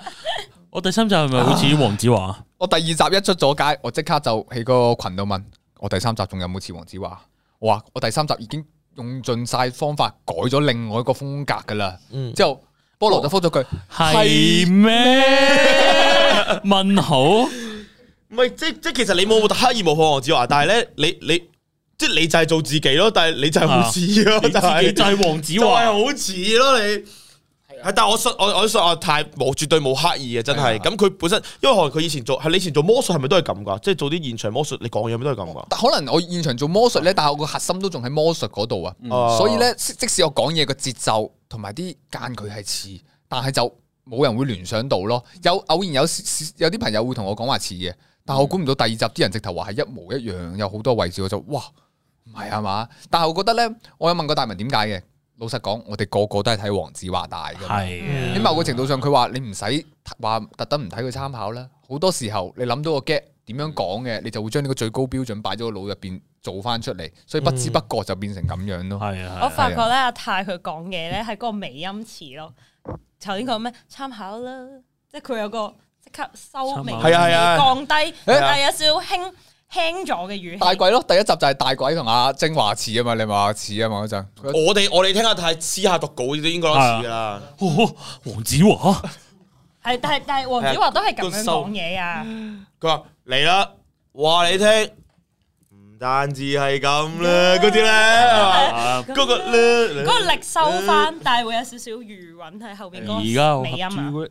S3: 我第三集係咪好似黃子華？
S1: 我第二集一出咗街，我即刻就喺個群度問我第三集仲有冇似黃子華？我話我第三集已經用盡晒方法改咗另外一個風格噶啦。
S2: 嗯
S1: 之後菠蘿就覆咗句
S3: 係咩？問號
S2: 唔係即即其實你冇刻意模仿黃子華，但係咧你你即係你就係做自己咯，但係你就係好似咯，
S3: 你自
S2: 就
S3: 己
S2: 係
S3: 就係黃子
S2: 就係
S3: 華，
S2: 好似咯你。係，但係我信我我信阿泰冇絕對冇刻意嘅，真係。啊
S1: 係
S2: 咁佢本身，因為可能佢以前做係你以前做魔術係咪都係咁噶？即係做啲現場魔術，你講嘢咪都係咁噶？
S1: 但可能我現場做魔術咧，但係我個核心都仲喺魔術嗰度啊，
S2: 哦
S1: 所以咧，即即使我講嘢個節奏同埋啲間距係似，但係就冇人會聯想到咯。有偶然有有啲朋友會同我講話似嘅，但係我估唔到第二集啲人直頭話係一模一樣，有好多位置我就哇唔係啊嘛。但係我覺得咧，我有問過大文點解嘅，老實講，我哋個個都係睇黃子華大嘅。
S3: 係啊
S1: 喺某個程度上，佢話你唔使話特登唔睇佢參考啦。好多時候你諗到個 get 點樣講嘅，你就會將呢個最高標準擺咗個腦入邊做翻出嚟，所以不知不覺就變成咁樣咯。
S3: 係啊，
S4: 我發覺咧，阿泰佢講嘢咧係嗰個尾音詞咯。頭先講咩參考啦，即係佢有個即刻收尾，
S3: 參考
S2: 係啊係啊
S4: 降低，
S1: 係啊
S4: 但係有少少輕輕咗嘅語氣。
S1: 大鬼咯，第一集就係大鬼同阿精華似啊嘛，你咪話似啊嘛嗰陣，佢
S2: 我哋我哋聽阿泰私下讀稿都應該都似噶啦。
S3: 哦黃子華
S4: 係，但係但係黃子華都係咁
S2: 係啊
S4: 樣講嘢啊！
S2: 佢話嚟啦，話你聽，唔單止係咁啦，嗰啲咧係 嘛，
S3: 啊，
S2: 嗰個呃咧
S4: 嗰個力收翻，但係會有少少餘韻喺後邊
S3: 而
S4: 嗰
S3: 家
S4: 個
S3: 我
S4: 尾音啊，
S3: 合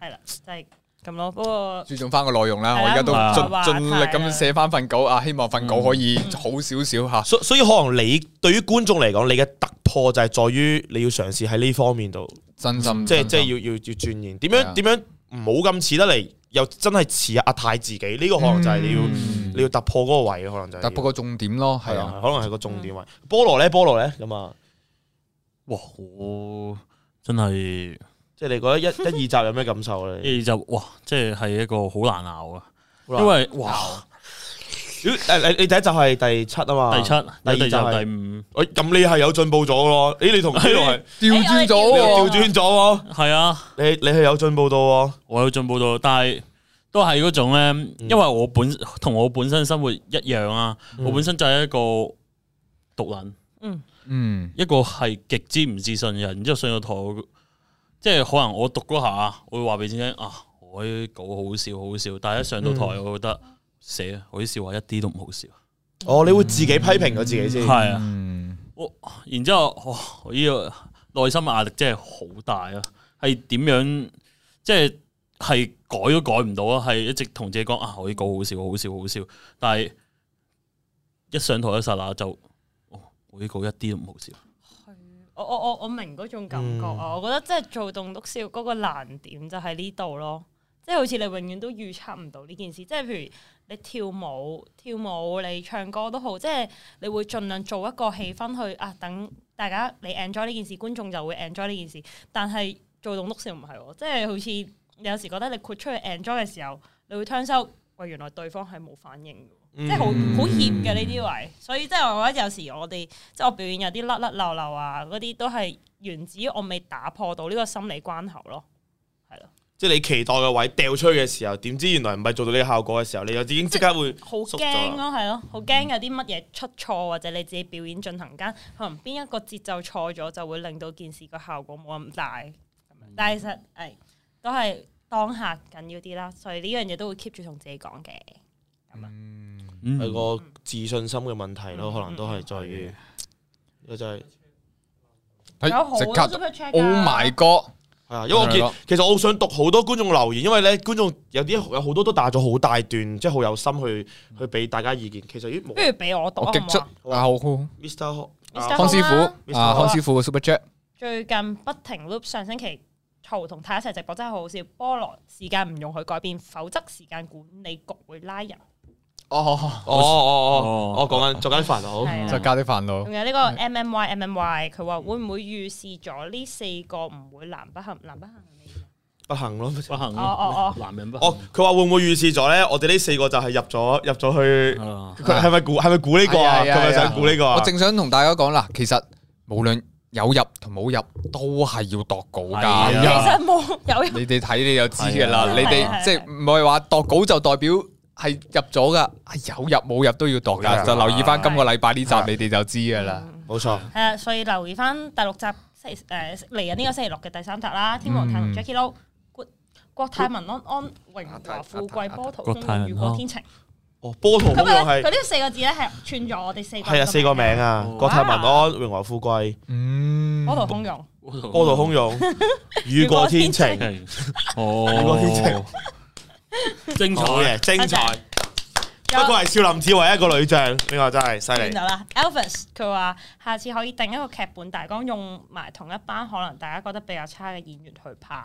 S4: 係啦，就係咁咯。不過
S1: 注重翻個內容啦。
S4: 係啊
S1: 我而家都
S3: 唔係
S1: 盡
S4: 話
S1: 盡力
S4: 題
S1: 咁
S4: 啊
S1: 寫翻份稿啊，希望份
S2: 嗯
S1: 稿可以好少少嚇。
S2: 所所以可能你對於觀眾嚟講，你嘅突破就係在於你要嘗試喺呢方面度。
S1: 真心
S2: 嗯即係
S1: 真心
S2: 即係要要要轉型，點
S1: 係啊
S2: 樣點樣唔好咁似得嚟，又真係似阿泰自己呢個可能就係你要
S1: 嗯
S2: 你要突破嗰個位，可能就係要
S1: 突破個重點咯，係
S2: 係
S1: 啊，
S4: 嗯
S2: 啊，可能係個重點位。菠蘿咧，菠蘿咧咁啊，
S3: 哇，我真係
S2: 即係你覺得一一二集有咩感受咧？
S3: 呢就哇，即係係一個好難熬啊！
S2: 好難
S3: 因為哇，
S2: 咦誒你你第一集係第七啊嘛，
S3: 第七、第二
S2: 第二
S3: 集、
S2: 就係
S3: 第五，
S2: 喂，咁你係有進步咗咯？咦，你同呢度係
S1: 調轉咗
S2: 你
S4: 哎
S1: 喎
S2: 調
S4: 我
S2: 轉咗喎，
S3: 係啊。
S2: 你你係有進步到喎，
S3: 我有進步到，但係都係嗰種咧，因為我本同我本身生活一樣啊，我本身就係一個獨撚，
S4: 嗯，
S1: 嗯，
S3: 一個係極之唔自信嘅人，然之後上咗台，即係可能我讀嗰下，我會話俾自己聽啊，我啲稿好笑好笑，但係一上到台，我覺得死啊，我啲笑話一啲都唔好笑，
S2: 哦，你會自己批評咗自己先，
S3: 係啊，
S1: 嗯，
S3: 然之後哇，我呢個內心嘅壓力真係好大啊！係點樣？即係係改都改唔到啊！係一直同自己講啊，我呢個好笑，好笑，好笑。但係一上台一剎那就，哦，我呢個一啲都唔好笑。
S4: 我我我我明嗰種感覺啊！我覺得即係做棟篤笑嗰個難點就喺呢度咯，即係好似你永遠都預測唔到呢件事。即係譬如你跳舞、跳舞，你唱歌都好，即係你會盡量做一個氣氛去啊，等大家你 enjoy 呢件事，觀眾就會 enjoy 呢件事。但係做棟篤笑唔係喎，即係好似你有時覺得你豁出去 enjoy 嘅時候，你會 turn 收，喂，原來對方係冇反應嘅。即係好好怯嘅呢啲位，所以即係我覺得有時我哋即係我表演有啲甩甩漏漏啊，嗰啲都係源自於我未打破到呢個心理關口咯，係咯，
S2: 即係你期待嘅位掉出去嘅時候，點知原來唔係做到呢個效果嘅時候，你就已經即刻會
S4: 好
S2: 縮咗
S4: 驚
S2: 啦。
S4: 啊咯，係咯，好驚有啲乜嘢出錯或者你自己表演進行間可能邊一個節奏錯咗，就會令到件事個效果冇咁大咁樣。
S1: 嗯
S4: 但係其實誒都係當下緊要啲啦，所以呢樣嘢都會 keep 住同自己講嘅。
S3: 嗯，
S2: 係個自信心嘅問題咯，可能都係在於，呢個就係
S4: 有好
S1: 哎睇即
S4: 多
S1: 刻
S4: super check
S1: ，Oh
S4: 啊
S1: my god！
S2: 係啊，因為我見
S1: 係咯
S2: 其實我好想讀好多觀眾留言，因為咧觀眾有啲有好多都打咗好大段，即係好有心去去俾大家意見。其實咦冇
S4: 不如俾我讀啊
S1: 我
S4: 好
S1: 激
S4: 唔
S1: 出
S4: 好啊
S1: 啊！好好
S2: Mr.
S4: Mr.
S1: 康師
S2: 好
S1: 傅
S2: 啊
S1: 啊，康師傅嘅 Super Jack，
S4: 最近不停 loop 上星期嘈同太一齊直播真係好好笑。菠蘿時間唔容許改變，否則時間管理局會拉人。
S1: 哦，
S2: 哦哦哦
S3: 哦，
S2: 我講緊做緊煩惱。
S4: 係啊
S1: 就
S4: 啦，
S1: 加啲煩惱
S2: 嗯
S4: 仲，有呢個 M M Y M M Y，佢話會唔會預示咗呢四個唔會南北行南北行？
S2: 不幸咯。
S3: 不幸
S4: 哦哦
S3: 咯，男人不
S2: 哦
S3: 幸，
S2: 佢話會唔會預示咗咧？我哋呢四個就係入咗入咗去，
S3: 啊，
S2: 佢係咪估係咪估呢個啊？佢
S1: 係啊係啊
S2: 咪
S1: 係
S2: 想
S1: 啊
S2: 估呢個
S1: 我
S2: 啊？
S1: 正想同大家講啦，其實無論有入同冇入都係要度稿㗎。
S3: 係
S4: 其
S3: 啊
S4: 實冇有
S1: 你哋睇你就知噶
S3: 係
S1: 啦，
S4: 啊
S1: 你
S4: 係啊
S1: 哋即系唔係話度稿就代表係入咗噶，係有入冇入都要度
S2: 係啊
S1: 噶，就留意翻今個禮拜呢集
S2: 係啊
S1: 你哋就知噶啦。
S2: 冇錯，
S4: 係啊，所以留意翻第六集星期誒嚟緊呢個星期六嘅第三集啦，《天王太
S1: 嗯
S4: 同 Jackie Lou》郭。國泰民安安榮華富貴波濤
S3: 國泰民安
S4: 中雨過天晴，
S2: 哦，波濤
S4: 咁
S2: 洶
S4: 啊
S2: 湧係
S4: 佢呢四個字咧係串咗我哋四個
S2: 係啊，四個名啊
S3: 哦，
S2: 國泰民安、榮華富貴、
S1: 嗯
S4: 波濤洶湧。
S2: 波濤洶湧、雨過天晴。
S3: 哦，精彩
S2: 好
S3: 嘅
S1: 啊
S2: 嘅，精彩。
S4: 有
S2: 不過係少林寺唯一一個女將，呢個真係犀
S4: 見
S2: 利。
S4: 到啦，Elvis 佢話下次可以定一個劇本大綱，用埋同一班可能大家覺得比較差嘅演員去拍。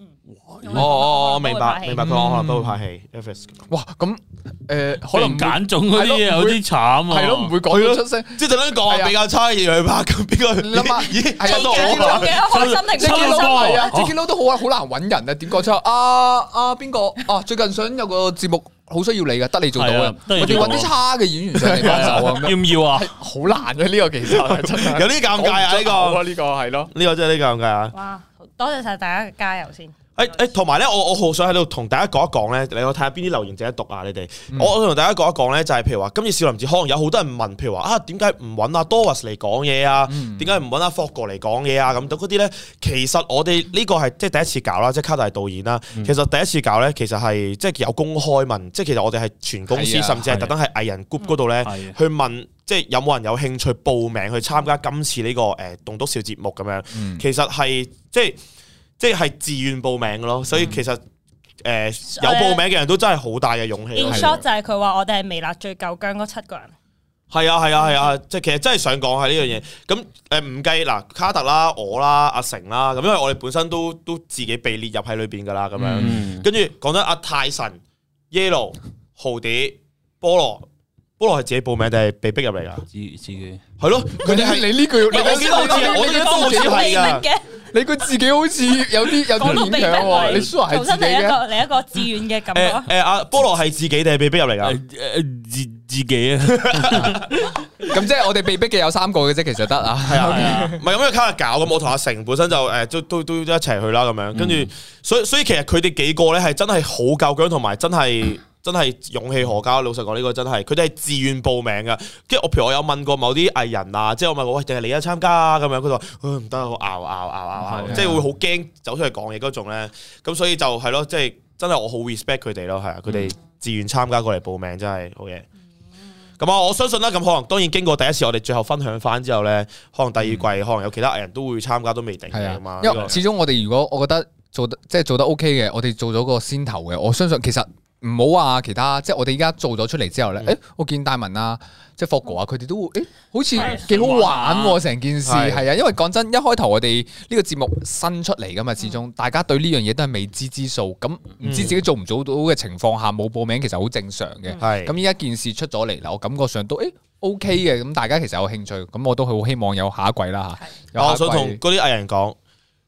S4: 嗯
S2: 哦哦，我明白，明
S4: 明
S2: 白
S4: 白
S2: 佢
S1: 佢話
S2: 可
S1: 可
S2: 能
S1: 能
S2: 都會
S1: 都會
S2: 拍
S1: 拍
S2: 戲。Elvis，
S1: 哇，咁诶，呃可
S3: 可
S1: 能
S3: 能揀中嗰啲嘢有啲慘啊，
S1: 系咯，唔會講到出聲。
S2: 即係就咁
S1: 係
S2: 講
S1: 啊
S2: 比較差嘅嘢去拍，咁邊個
S1: 你諗下
S2: 咦
S1: 係啊
S2: 出到我
S4: 最緊要
S2: 啦？
S4: 嘅開心定
S1: 即
S4: 唔
S1: 係
S4: 開
S1: 見
S4: 心
S1: 到
S3: 啊
S1: 係啊，即係見到都好好難揾人啊！點講出口啊啊邊個啊？最近想有個節目好需要你嘅，得你做到
S3: 係啊
S1: 嘅，
S3: 得你
S1: 我哋
S3: 做到
S1: 揾啲差嘅演員上嚟幫手啊！咁樣
S3: 要唔要啊？
S1: 係好難嘅呢個其實真係
S2: 有啲尷尬啊！呢
S1: 講唔出口
S2: 個
S1: 啊呢個係咯。
S2: 呢個真係呢尷尬啊！
S4: 哇！多謝晒大家嘅加油先。
S2: 誒誒，同埋咧，我我好想喺度同大家講一講咧，你我睇下邊啲留言值得讀啊！你哋，我我同大家講一講咧，就係譬如話，今次少林寺可能有好多人問，譬如話啊，點解唔揾阿 Doris 嚟講嘢啊？
S1: 嗯
S2: 點解唔揾阿霍哥嚟講嘢啊？咁嗰啲咧，其實我哋呢個係即係第一次搞啦，即係卡特係導演啦。
S1: 嗯
S2: 其實第一次搞咧，其實係即係有公開問，即係其實我哋係全公司，
S1: 係啊嗯
S2: 甚至係特登係藝人 group 嗰度咧
S3: 係啊
S2: 去問。即係有冇人有興趣報名去參加今次呢、個誒棟篤笑節目咁樣？
S1: 嗯
S2: 其實係即係即係自願報名嘅咯，所以
S1: 嗯
S2: 其實誒、呃有報名嘅人都真係啊好大嘅勇氣
S4: In
S2: 咯。
S4: short 就係佢話我哋係微辣最夠姜嗰七個人，
S2: 係啊係啊係啊，即係其實真係想講係呢樣嘢。咁誒唔計嗱卡特啦、我啦、阿成啦，咁因為我哋本身都都自己被列入喺裏邊㗎啦，咁樣。
S3: 嗯，
S2: 跟住講真，阿泰神、Yellow、豪迪、菠蘿，菠蘿係自己報名定係被逼入嚟㗎？
S3: 自自己
S2: 係咯，佢
S1: 佢
S2: 哋
S1: 哋
S2: 係
S1: 係你呢句，你
S2: 我
S1: 呢
S2: 記得好似
S1: 句
S2: 我都記得好似係㗎
S4: 嘅。
S1: 你佢自己好似有啲有
S4: 講到
S1: 啲勉
S4: 被逼
S1: 強喎，你 sure 係
S4: 做
S1: 自
S4: 出
S1: 己
S4: 嚟一
S1: 嘅，
S4: 個另一個志願嘅感
S2: 诶
S4: 覺。
S2: 诶，阿菠萝系自己定系被逼入嚟噶？
S3: 诶自自己啊，
S1: 咁即係我哋被逼嘅有三個嘅啫，其實得啊。
S2: 系啊， 唔係咁嘅卡特搞咁，我同阿成本身就诶都都都一齊去啦咁
S1: 嗯
S2: 樣，跟住所以所以其實佢哋幾個咧係真係好夠姜，同埋真
S1: 嗯
S2: 係真係勇氣可嘉。老實講呢個真係，佢哋係自願報名噶。跟住我譬如我有問過某啲藝人啊，即係我問過喂，定係你一參加啊咁樣，佢就話唉唔得，我拗拗拗拗拗
S1: 係，啊
S2: 即係會好驚走出嚟講嘢嗰種咧。咁所以就係咯，即係真係我好 respect 佢哋咯，係啊，佢哋自願參加過嚟報名真係好嘢。咁啊，我相信啦，咁可能當然經過第一次，我哋最後分享翻之後咧，可能第二季可能有其他藝人都會參加，都未定
S1: 系
S2: 嘅嘛
S1: 嗯
S2: 呢
S1: 啊。，因
S2: 個
S1: 為始終我哋如果我覺得做得即係做得 OK 嘅，我哋做咗個先頭嘅，我相信其實唔好話其他，即係我哋而家做咗出嚟之後咧，
S2: 嗯
S1: 诶、我見大文啊，即係霍哥啊，佢哋都會诶、好似幾好玩喎成件事，
S2: 係
S1: 係啊，因為講真，一開頭我哋呢個節目新出嚟噶
S2: 嗯
S1: 嘛，始終大家對呢樣嘢都係未知之數，咁唔知自己做唔做到嘅情況下冇報名，其實好正常嘅。
S2: 係
S1: 嗯咁依家件事出咗嚟啦，我感覺上都诶 OK 嘅，咁大家其實有興趣，咁我都好希望有下一季啦
S4: 係
S1: 吓。有
S2: 我
S1: 下
S2: 想
S1: 一季
S2: 同嗰啲藝人講，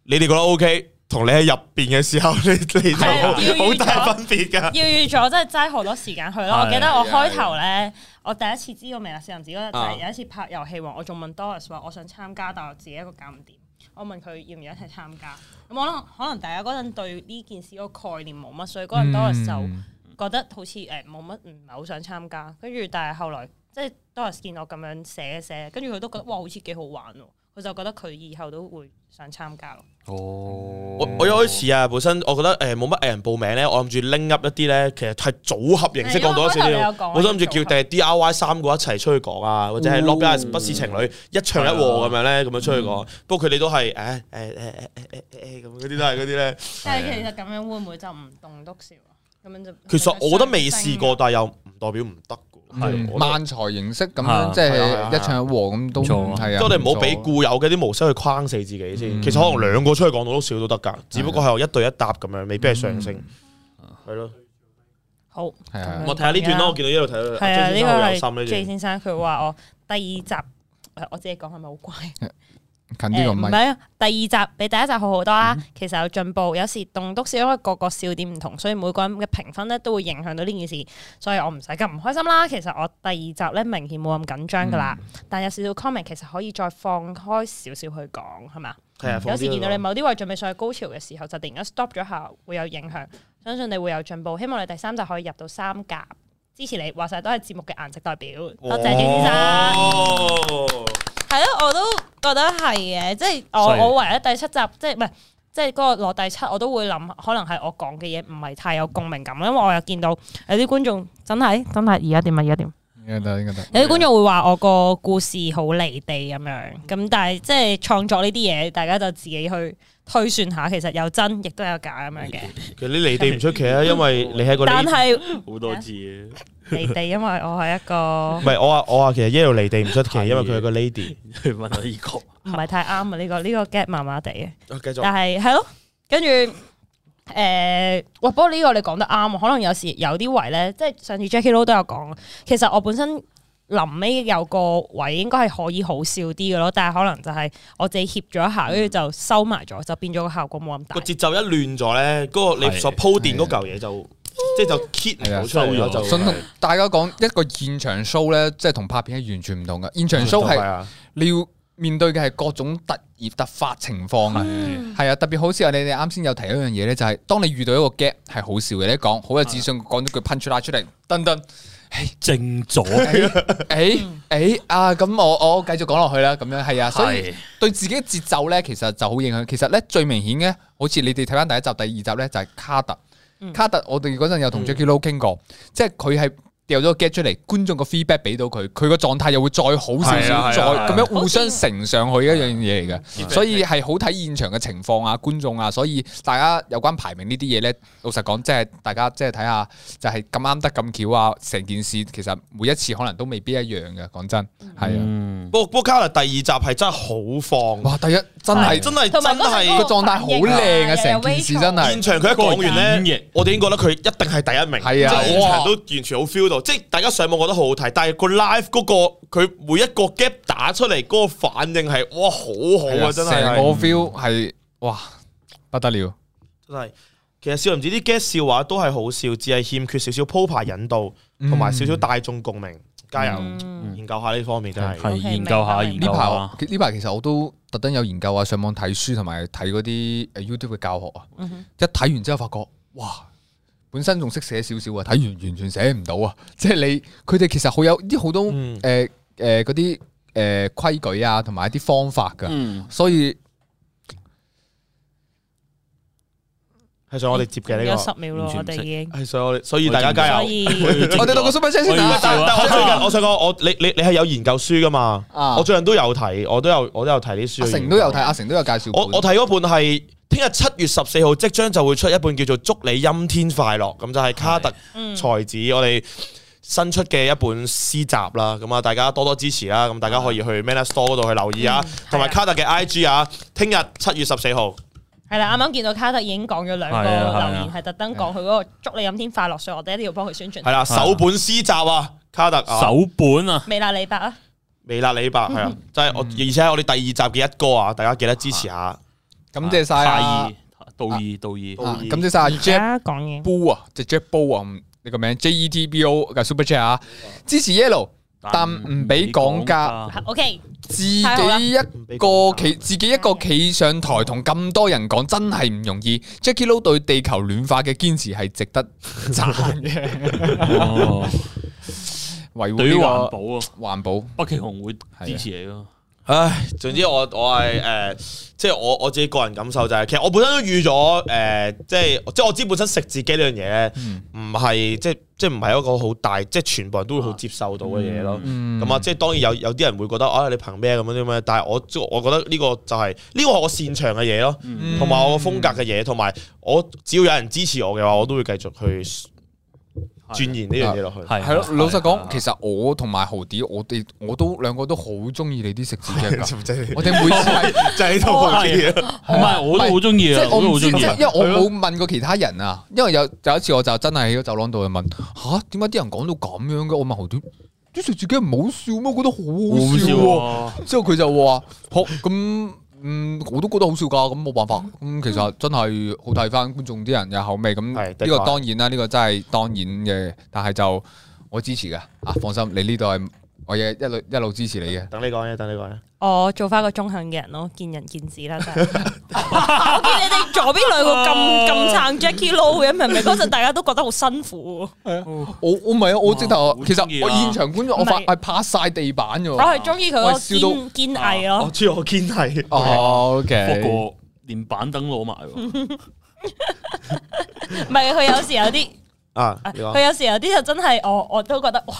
S2: 你哋覺得 OK，同你喺入邊嘅時候，你你
S4: 係啊要
S2: 就好
S4: 預咗
S2: 大分別㗎。
S4: 要預咗真係嘥好多時間去咯。我記得我
S1: 係啊
S4: 開頭咧，我第一次知道《微辣少林寺》嗰陣就
S2: 啊
S4: 係有一次拍遊戲王，我仲問 Doris 話我想參加，但我自己一個搞唔掂。我問佢要唔要一齊參加，咁我諗可能大家嗰陣對呢件事個概念冇乜，所以嗰陣 Doris 就
S1: 嗯
S4: 覺得好似誒冇乜唔係好想參加。跟住但係後來即係 Doris 見我咁樣寫一寫，跟住佢都覺得哇好似幾好玩喎，佢就覺得佢以後都會想參加咯。
S3: 哦
S2: 我
S4: 哦
S2: 我一開始啊，本身我覺得誒冇乜藝人報名咧，我諗住拎 up 一啲咧，其實係組合形式
S4: 係因為
S2: 講多一次呢
S4: 開頭你有哦
S2: 啲
S4: 講，
S2: 我都諗住叫定 D R Y 三個一齊出去講啊，或者係 Lobby 啊不是情侶一唱一和咁樣咧，咁樣出去
S4: 嗯
S2: 講。不過佢哋都係誒誒誒誒誒誒咁嗰啲都係嗰啲咧。
S4: 但係其實咁樣會唔會就唔棟篤笑啊？咁樣就
S2: 其實我覺得未試過，但係又唔代表唔得㗎
S1: 嗯
S2: 喎。係。
S1: 漫才形式咁
S3: 啊
S1: 樣，即
S2: 係啊係啊
S1: 係一唱一和咁都
S3: 唔錯啊
S1: 係
S2: 即
S1: 啊。
S2: 係我哋唔好
S1: 錯
S2: 俾固有嘅啲模式去框死自己先。
S1: 嗯
S2: 其實可能兩個出去講到都少都得㗎，只
S4: 嗯
S2: 不過係我一對一答咁樣，未必係上升。係咯，
S4: 好，
S1: 係啊
S4: 咁樣
S2: 我睇下呢段啦，我見到一路睇到。
S4: 係啊，
S2: 張先生好有
S4: 呢個
S2: 心
S4: 係
S2: 呢
S4: J
S2: 段
S4: 先生佢話我第二集，呃我自己講係咪好怪？
S1: 近
S4: 誒
S1: 啲個
S4: 唔
S1: 咪，
S4: 係啊，第二集比第一集好好多啦。其實有進步，有時棟篤笑因為個個笑點唔同，所以每個人嘅評分咧都會影響到呢件事，所以我唔使咁唔開心啦。其實我第二集咧明顯冇咁緊張噶啦，但有少少 comment 其實可以再放開少少去講，係嘛？
S2: 係啊，
S4: 有時見到你
S2: 放啲
S4: 某啲位準備上去高潮嘅時候，就突然間 stop 咗下，會有影響。相信你會有進步，希望你第三集可以入到三甲，支持你。話晒都係節目嘅顏值代表，多謝景先生。
S2: 哦
S4: 係咯，我都覺得係嘅，即係我
S3: 所以
S4: 我唯一第七集，即係唔係即係嗰個落第七，我都會諗，可能係我講嘅嘢唔係太有共鳴感，因為我又見到有啲觀眾真係真係而家點啊，而家點？
S1: 應該得應該得。
S4: 有啲觀眾會話我個故事好離地咁樣，咁但係即係創作呢啲嘢，大家就自己去推算下，其實有真亦都有假咁樣嘅。
S2: 其實你離地唔出奇啊，因為你係一個
S4: 但
S2: 離
S4: 係
S3: 好多字嘅，
S4: 離地，因為我係一個
S2: 唔係我話我話其實 yellow 離地唔出奇，因為佢係個 lady。
S3: 去問下呢個。
S4: 唔係太啱啊呢個呢個 get 麻麻地嘅，
S2: 啊繼續
S4: 但係係咯，跟住。誒、哇！不過呢個你講得啱啊，可能有時有啲位咧，即係上次 Jackie Lou 都有講，其實我本身臨尾有個位應該係可以好笑啲嘅咯，但係可能就係我自己協咗一下，跟住就收埋咗，就變咗個效果冇咁大
S2: 個。節奏一亂咗咧，嗰個你所鋪墊嗰嚿嘢就即係就 keep 唔到出嚟咯，
S3: 係啊收
S2: 就
S3: 咗
S1: 想同大家講一個現場 show 咧，即係同拍片係完全唔同嘅。現場 show 係
S2: 啊，
S1: 你要面對嘅係各種突然突發情況啊，係啊，特別好似我哋哋啱先有提一樣嘢咧，就係當你遇到一個 gap 係好笑嘅，你一講好有自信，講咗句 punch line 出嚟，噔噔。
S3: 正咗，
S1: 诶诶啊，咁我我繼續講落去啦，咁樣係啊，所以
S3: 係
S1: 對自己嘅節奏咧，其實就好影響。其實咧最明顯嘅，好似你哋睇翻第一集、第二集咧，就係卡特。卡特，我哋嗰陣有同 Jackie Lou 傾過，即係佢係掉咗個 get 出嚟，觀眾個 feedback 俾到佢，佢個狀態又會再好少
S3: 係啊
S1: 少，
S3: 係
S1: 再
S3: 啊係啊
S1: 咁樣互相乘上去一樣嘢嚟嘅，
S2: 嗯
S1: 所以係好睇現場嘅情況啊、觀眾啊，所以大家有關排名呢啲嘢咧，老實講，即係大家即係睇下。就係咁啱得咁巧啊！成件事其實每一次可能都未必一樣嘅，講真係啊！
S3: 嗯，
S2: 不過不過卡特第二集係真係好放，
S1: 哇！第一真係
S2: 係真係真
S4: 同埋嗰陣嗰
S1: 個
S2: 係
S4: 個
S1: 狀態好靚啊！成件事真
S2: 現
S1: 係
S2: 場佢一講
S3: 嗰
S2: 完
S3: 個演
S2: 咧
S3: 繹，
S2: 我哋已經覺得佢一定係第一名，
S1: 係啊
S2: 即係現
S1: 哇
S2: 場都完全好 feel 到，即係大家上網覺得好好睇，但係個 live 嗰個佢每一個 gap 打出嚟嗰個反應係哇好好
S1: 係
S2: 啊，
S1: 啊
S2: 真
S1: 成
S2: 係
S1: 個 feel 係哇，不得了！
S2: 真系。其實少林寺啲 get 笑話都係好笑，只係欠缺少少鋪排引導，
S1: 嗯
S2: 同埋少少大眾共鳴。加油，
S4: 嗯
S2: 研究下呢方面真係。
S3: 系研究下
S4: 明白
S3: 研
S1: 呢
S3: 究
S1: 排
S3: 下
S1: 我。呢排其實我都特登有研究啊，上網睇書同埋睇嗰啲呃 YouTube 嘅教學啊。
S3: 嗯
S1: 一睇完之後發覺，哇！本身仲識寫少少啊，睇完完全寫唔到啊！即係你佢哋其實好有啲好多
S2: 嗯
S1: 誒誒嗰啲誒規矩啊，同埋一啲方法㗎，
S3: 嗯，
S1: 所以
S2: 係想我哋接嘅呢
S4: 有
S2: 個
S4: 嗯十，秒咯，我哋已經，
S2: 係想我哋，所以大家加
S4: 所
S2: 油。
S4: 以
S1: 我哋讀個 super chat 先
S3: 我要
S1: 啊！
S2: 但但我最近我想講，我你你你係有研究書噶嘛？
S1: 啊
S2: 我最近都有睇，我都有我都有睇啲書。
S1: 阿成都有睇，。阿成都有介紹
S2: 我
S1: 本。
S2: 我睇嗰本係聽日七月十四號即將就會出一本叫做《祝你陰天快樂》，咁就係卡特
S4: 嗯
S2: 才子我哋新出嘅一本詩集啦，咁啊大家多多支持啦，咁大家可以去 Manner Store 嗰度去留意啊
S4: 嗯係啊，
S2: 同埋卡特嘅 IG 啊，聽日七月十四號，
S4: 係啦，啱啱見到卡特已經講咗兩個
S3: 係啊係啊
S4: 留言，係特登講佢嗰個祝你飲天快樂，所以我哋一定要幫佢宣傳
S2: 係。啦，首本詩集啊，卡特
S1: 嗯
S2: 啊，
S3: 手本啊，
S4: 未啦，李白啊，
S2: 微辣李白係啊，就係我，而且係我哋第二集嘅一哥啊，大家記得支持下，
S1: 感謝晒
S3: 太
S1: 啊
S3: 二！道二道二，
S1: 啊感謝晒阿 Jap
S4: 講嘢。
S1: Boo 啊，只 Jet Boo 啊，嗯你個名 J E T B O 嘅 Super Chat 啊，支持 Yellow，但唔俾講價。
S4: O K，
S1: 自己一個企自己一個企上台同咁多人講真係唔容易。Jackie Lou 對地球暖化嘅堅持係值得讚嘅，
S3: 哦，
S1: 維護
S3: 對於
S1: 呢
S3: 環
S1: 個
S3: 保啊，
S1: 環保。
S3: 北極熊會支持你咯。
S2: 唉，總之我我係誒、呃即係我我自己個人感受就係、其實我本身都預咗誒、呃即係即係我知本身食自己呢樣嘢咧，唔
S1: 嗯
S2: 係、即係即係唔係一個好大，即係全部人都會好接受到嘅嘢咯。咁、
S1: 嗯
S2: 啊，即係當然有有啲人會覺得啊，你憑咩咁樣啫嘛？但係我即我覺得呢個就係、呢個係我擅長嘅嘢咯，
S1: 嗯
S2: 同埋我風格嘅嘢，同埋我只要有人支持我嘅話，我都會繼續去鑽研呢樣嘢落去。
S3: 係
S1: 嗯
S3: 啊
S1: 係咯，老實講，其實我同埋豪迪，我哋我都兩個都好中意你啲食字嘅 㗎，我哋每次係。
S2: 就喺
S3: 度好啲唔係我都好中意
S1: 即
S3: 啊，
S1: 係
S3: 我都
S1: 我啊唔
S3: 好
S1: 知，
S3: 中
S1: 即
S3: 意啊
S1: 係。因為我冇問過其他人啊，因為有有一次我就真係喺個走廊度去問吓，點解啲人講到咁樣嘅？我問豪點啲食自己唔好笑咩？我覺得好好笑
S3: 好
S1: 喎。之後佢就話：好咁，嗯，我都覺得好笑㗎，咁冇辦法。咁其實真係好睇翻觀眾啲人嘅口味。咁
S2: 係
S1: 呢
S2: 的
S1: 個
S2: 確
S1: 當然啦，呢個真係當然嘅，但係就我支持嘅啊，放心，你呢度係我嘢一路一路支持你嘅。
S2: 等你講嘢，等你講嘢。
S4: 我做翻個中肯嘅人咯，見仁見智啦。 真係我見你哋左邊兩個咁咁撐 Jackie Lou 嘅，明明嗰陣大家都覺得好辛苦。
S1: 我我唔係啊，我直頭
S3: 哇
S1: 其實
S3: 好鍾意啊
S1: 我現場觀眾我發
S4: 唔係
S1: 係拍晒地板嘅
S4: 我
S1: 喎。
S4: 係中意佢嗰
S1: 我
S4: 個
S1: 係笑到
S4: 堅堅毅咯
S2: 我。知我堅係。
S1: 啊哦
S3: 不
S1: ，OK，
S3: 過連板凳攞埋
S2: 嗯
S3: 喎，
S4: 唔係佢有時有啲，
S2: 啊，你講
S4: 佢有時有啲就真係我我都覺得哇，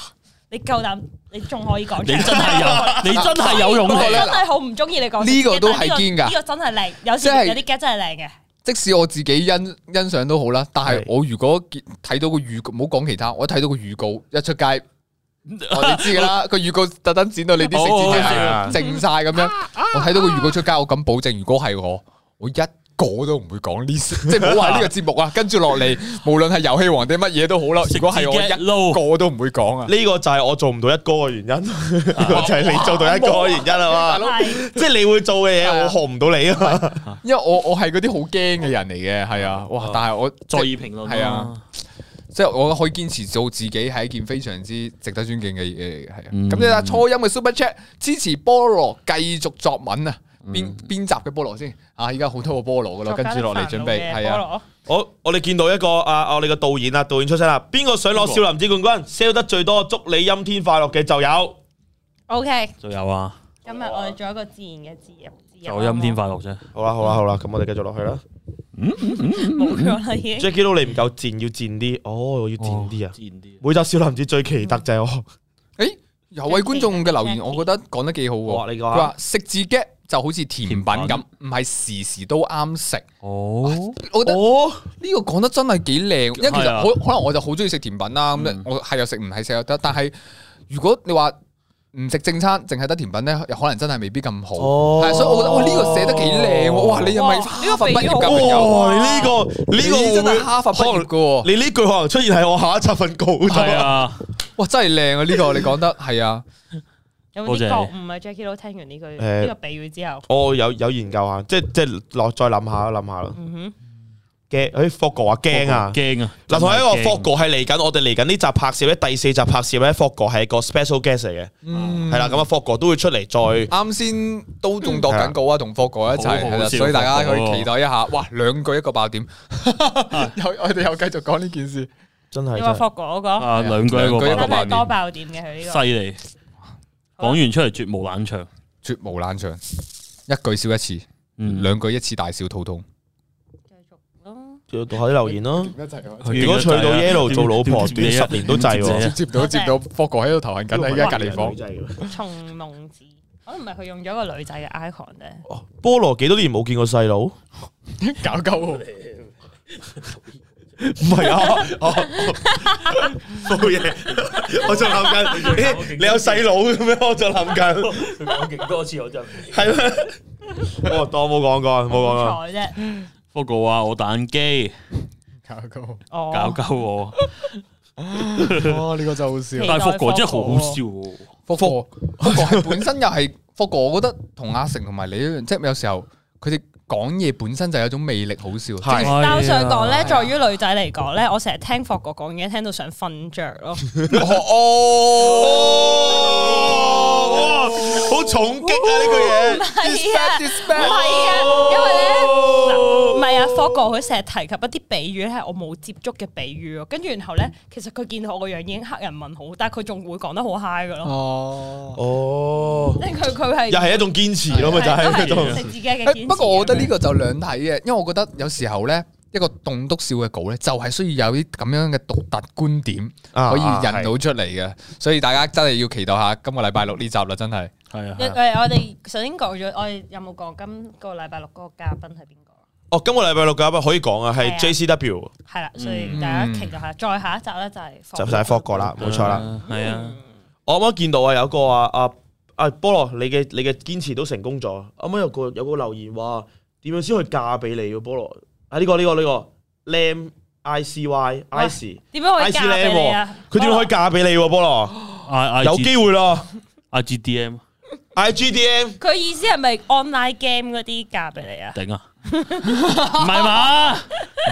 S4: 你夠膽，你仲可以講出
S3: 你
S4: 嚟。
S3: 真係 有，你真係有
S4: 我
S3: 勇氣
S4: 真
S3: 啊。
S4: 係好唔中意你講
S1: 呢個都
S4: 但係呢
S1: 係堅㗎
S4: 呢個真係靚，有時
S1: 即係
S4: 有啲 get 真係靚嘅。
S1: 即使我自己欣欣賞都好啦，但係
S2: 係
S1: 我如果見睇到個預告，唔好講其他，我睇到個預告一出街，我哋知噶啦，個預告特登剪到你啲
S3: 哦
S1: 食
S2: 係
S1: 字
S2: 啊
S1: 淨晒咁樣，我睇到個預告出街，我敢保證，如果係我，我一個都唔會講呢，即係唔好話呢個節目啊，跟住落嚟，無論係遊戲王定乜嘢都好啦，如果係我一
S3: 撈，
S1: 個都唔會講啊，
S2: 呢個就係我做唔到一哥嘅原因，呢個 就係你做到一哥嘅原因啊嘛！
S4: 係
S2: 即係你會做嘅嘢，
S1: 係啊
S2: 我學唔到你啊嘛！
S1: 因為我我係嗰啲好驚嘅人嚟嘅，係啊，哇！但係我
S3: 在意評論
S1: 係啊。即係我可以堅持做自己係一件非常之值得尊敬嘅嘢嚟嘅，係啊。
S3: 嗯
S1: 咁你啦，初音嘅 Super Chat 支持菠蘿繼續作文啊，邊邊集嘅菠蘿先啊？依家好多個菠蘿噶啦，跟住落嚟準備係啊。
S4: 啊，
S2: 我我哋見到一個啊，啊我哋嘅導演啊，導演出聲啦，邊個想攞
S3: 邊個
S2: 少林寺冠軍，sell 得最多，祝你陰天快樂嘅就有。
S4: OK，
S3: 就有啊，
S4: 今日我哋做一個自然嘅自入，自入
S3: 就
S2: 啊
S3: 陰天快樂啫。
S2: 好啦好啦好啦，咁我哋繼續落去啦。
S4: 冇咗啦已 經。
S2: Jackie Lou 你唔夠賤，要賤啲。哦，我要賤啲啊！
S3: 自然啲。
S2: 每集少林寺最奇特就係我，
S1: 有位觀眾嘅留言，
S4: Jackie
S1: 我覺得講得幾好
S2: 我話
S1: 喎。
S2: 你啊
S1: 佢
S2: 講下
S1: 話食字 get 就好似甜品
S3: 甜
S1: 咁
S3: 品，
S1: 唔係時時都啱食。
S3: 哦，
S1: 我覺得
S2: 哦，
S1: 呢個講得真係幾靚，因為其
S3: 係
S1: 實
S3: 啊
S1: 可可能我就好中意食甜品啦，咁
S3: 嗯
S1: 我係又食唔係食又得，但係如果你話唔食正餐，淨係得甜品咧，又可能真係未必咁好。
S2: 哦
S1: 係，所以我覺得哇呢個寫得幾靚喎，哇你係咪
S4: 哇
S1: 哈佛畢業㗎
S4: 呢個比
S1: 朋
S4: 喻好
S1: 友？
S2: 哇！你呢個哦呢個
S1: 你真
S2: 會
S1: 係哈佛畢業㗎喎，
S2: 你呢句可 能出現喺我下一集份稿度
S3: 係啊，
S1: 哇真係靚啊呢個你講得係啊，
S4: 有
S3: 多
S4: 冇啲
S3: 謝你
S4: 覺悟啊？Jackie 都聽完呢句
S2: 誒
S4: 呢個比喻之後，
S2: 我哦有有研究下，即即落再諗下諗下啦。
S4: 嗯
S2: 驚，誒 f o g 話驚啊！
S3: 惊啊！
S2: 嗱，同埋一個 f o g
S3: 個
S2: 係嚟緊，我哋嚟緊呢集拍攝咧，第四集拍攝咧 f o g 係一個 special guest 嚟嘅，
S1: 嗯
S2: 係啦，咁啊 f o g 都會出嚟再
S1: 啱先都仲度緊稿啊，同霍哥一齊，
S3: 好好
S1: 係啦
S3: 笑
S1: 所以大家
S3: 霍
S1: 可
S3: 哥
S1: 以期待一下。哇，兩句一個爆點，又我哋又繼續講呢件事。
S2: 真
S4: 哼，
S2: 係
S4: 你話
S2: 真係
S4: f o g 嗰個
S3: 啊，兩句一
S1: 兩句一
S3: 個
S1: 個
S3: 爆
S1: 爆
S4: 真係
S1: 點
S4: 多爆點嘅佢呢個，
S3: 犀利，講完出嚟絕無冷場。
S1: 絕無冷場，一句笑一次，
S3: 嗯，
S1: 兩句一次大笑肚痛。
S4: 繼續咯。
S2: 要讀下啲留言咯。
S1: 一齊
S3: 啊
S2: 如果娶到 Yellow 做老婆，短十年都制喎。
S1: 接唔到接唔到，霍哥喺度頭痕緊喺而家隔離房。
S4: 從夢字，可能唔係佢用咗個女仔嘅 icon 啫。
S2: 哦菠蘿幾多年冇見過細佬？唔
S1: 搞鳩我，
S2: 係啊，哦冇嘢。我就諗緊，咦你有細佬嘅咩？我就諗緊，
S3: 佢講勁多次，我真
S2: 係咩？哦，當冇講過，冇講過。
S4: 好彩啫，
S3: 不過話我打機
S1: 搞鳩我。
S3: 搞
S4: 哦，
S3: 鳩我，
S1: 哇！呢個真係好笑
S4: 期。
S3: 但係
S4: 待
S3: 霍哥真係好好
S4: 霍
S3: 笑喎。
S1: 福哥，福哥係本身又係福哥，我覺得同阿成同埋你一樣，即係有時候佢哋講嘢本身就有一種魅力，好笑。啊
S2: 係
S4: 但我想講咧，在於女仔嚟講咧，我成日聽霍哥講嘢，聽到想瞓着 咯。
S1: 哦
S2: 哦，哇，好重擊啊！呢句嘢
S4: 唔。係啊， 唔係啊，
S2: 哦
S4: 因為咧。唔係啊霍哥佢成日提及一啲比喻咧，係我冇接觸嘅比喻咯。跟住然後咧，其實佢見到我個樣已經黑人問號，但係佢仲會講得好 high 噶咯。
S1: 哦。
S2: 哦，
S4: 即係佢佢係
S2: 又係一種堅持咯，咪就係嗰
S4: 係都係
S2: 種。
S4: 食自己嘅堅持
S1: 誒不過我覺得呢個就兩睇嘅，因為我覺得有時候咧，一個棟篤笑嘅稿咧，就係需要有啲咁樣嘅獨特觀點
S2: 啊
S1: 可以引到出嚟嘅，所以大家真係要期待下今個禮拜六呢集啦，真係。
S3: 係啊
S4: 一
S3: 係啊，
S4: 誒，我哋首先講咗，我哋有冇講今個禮拜六嗰個嘉賓係邊個？
S2: 哦，今個禮拜六嘅嘉賓可以講啊，係
S4: 係啊
S2: JCW
S4: 係啦，所以大家期待下，再下一集咧就係
S2: 就就係 f o g
S1: 嗯
S2: 啦，冇錯啦。
S3: 啊，係啊，
S2: 我啱啱見到啊，有個啊啊啊菠蘿，你嘅你嘅堅持都成功咗。啱啱有個有個留言話點樣先去嫁俾你嘅菠蘿？啊呢個呢個呢個 Lam I C Y I C
S4: 點樣可
S2: I
S4: 以
S2: C
S4: 嫁俾你啊
S2: Lam，？佢點樣可以嫁俾你喎？菠蘿
S3: I I
S2: 有機會咯
S3: I G D M
S2: ，I G D M
S4: 佢意思係咪 online game 嗰啲嫁俾你啊？
S3: 頂啊，唔係嘛？
S2: 唔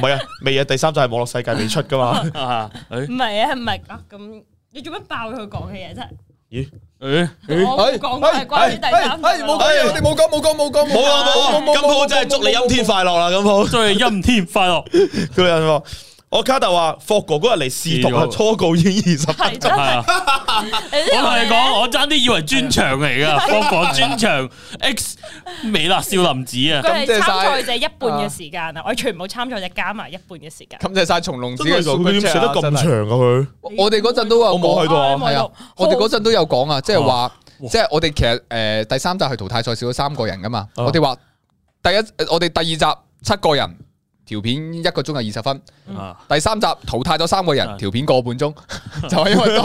S2: 係啊，未啊，第三就係網絡世界未出噶嘛。
S3: 啊，誒
S4: 唔係啊，唔係啊，咁你做乜爆佢講嘅嘢啫？
S2: 咦？
S3: 誒，
S4: 我冇講過係關於第三
S1: 哎哎哎冇
S4: 集
S1: 講嘢，我哋冇講冇講冇講
S2: 冇啊冇啊，啊金鋪真係祝你陰天快樂啦，金鋪。
S3: 祝你陰天快樂，
S2: 佢有人話：我卡特話霍哥嗰日嚟試讀啊，
S3: 試讀
S2: 初稿已經二十。
S4: 係真
S3: 係啊。
S4: 你
S3: 我同
S4: 呢個人
S3: 你
S4: 呢
S3: 講，我爭啲以為專場嚟噶，霍哥專場 X 美辣少林寺啊！
S4: 佢係
S1: 感謝晒
S4: 參賽者一半嘅時間啊，我全部參賽者加埋一半嘅時間。
S1: 感謝晒從龍子嘅
S2: 佢點
S1: super
S2: 寫
S1: chat
S2: 得
S1: 啊
S2: 咁
S1: 真係
S2: 長啊？佢
S1: 我哋嗰陣都有
S2: 我冇去
S1: 講
S2: 到啊
S1: 係啊，我哋嗰陣都有講啊，即係話，即係我哋其實诶第三集係淘汰賽少咗三個人噶嘛，
S2: 啊
S1: 我哋話第一，呃我哋第二集七個人條片一個鐘係二十分，
S3: 啊，
S1: 第三集淘汰咗三個人
S3: 嗯
S1: 條片個半鐘， 就係因為多。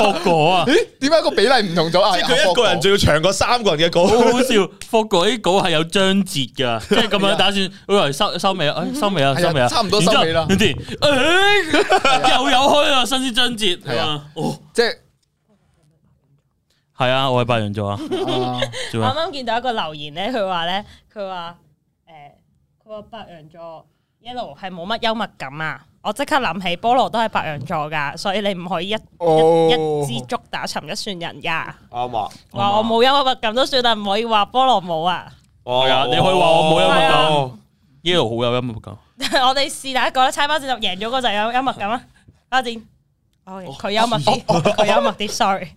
S3: 霍哥啊，
S1: 咦？點解個比例唔同咗啊？
S2: 即係佢一個人仲要長過三個人嘅稿。
S3: 好好笑！霍哥啲稿係有章節噶，即係咁樣打算，我以為收收尾啊，哎收尾啊，
S1: 係啊
S3: 收尾啊，
S1: 差唔多收尾啦
S3: 然之後哎又有開啊，新鮮章節
S1: 係啊，
S3: 哦，
S1: 即係
S3: 係啊，我係白羊座啊，
S1: 啊
S3: 做
S4: 我
S3: 咩
S4: 啱啱見到一個留言咧，佢話咧，佢話誒，佢話白羊座 yellow 係冇乜幽默感啊！我即刻諗起菠蘿都係白羊座噶，所以你唔可以一
S1: 哦
S4: 一一支竹打沉一船人噶。
S2: 啱啊！
S4: 話我冇幽默感都算啦，唔可以話菠蘿冇啊！
S2: 係
S3: 啊你可以話我冇幽啊
S4: 默感
S3: ？Yellow 好有音樂感，
S4: 我哋是但一個啦，猜包戰就贏咗嗰就有幽默感啊！包戰，哦佢幽默啲，佢幽默啲，sorry。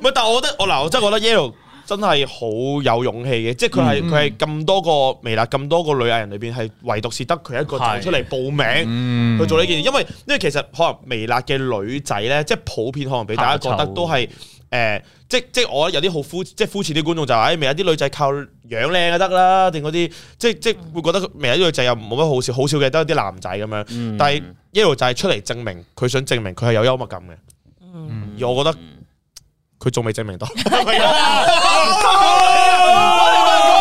S2: 唔係，但係我覺得我嗱，我真係覺得 Yellow 真係好有勇氣嘅，即係佢係佢係咁多個微辣咁多個女藝人裏邊，係唯獨是得佢一個走
S3: 係
S2: 出嚟報名。
S1: 嗯
S2: 去做呢件事，因為因為其實可能微辣嘅女仔咧，即係普遍可能俾大家覺得都係誒、呃即即我覺得有啲好膚即係膚淺啲觀眾就話，哎誒微辣啲女仔靠樣靚就得啦，定嗰啲即即會覺得微辣啲女仔又冇乜好笑，好笑嘅都係啲男仔咁樣。但係 Yellow 就係出嚟證明佢想證明佢係有幽默感嘅，
S4: 嗯
S2: 而我覺得佢仲未證明到。
S4: 啊
S2: 啊
S4: 講笑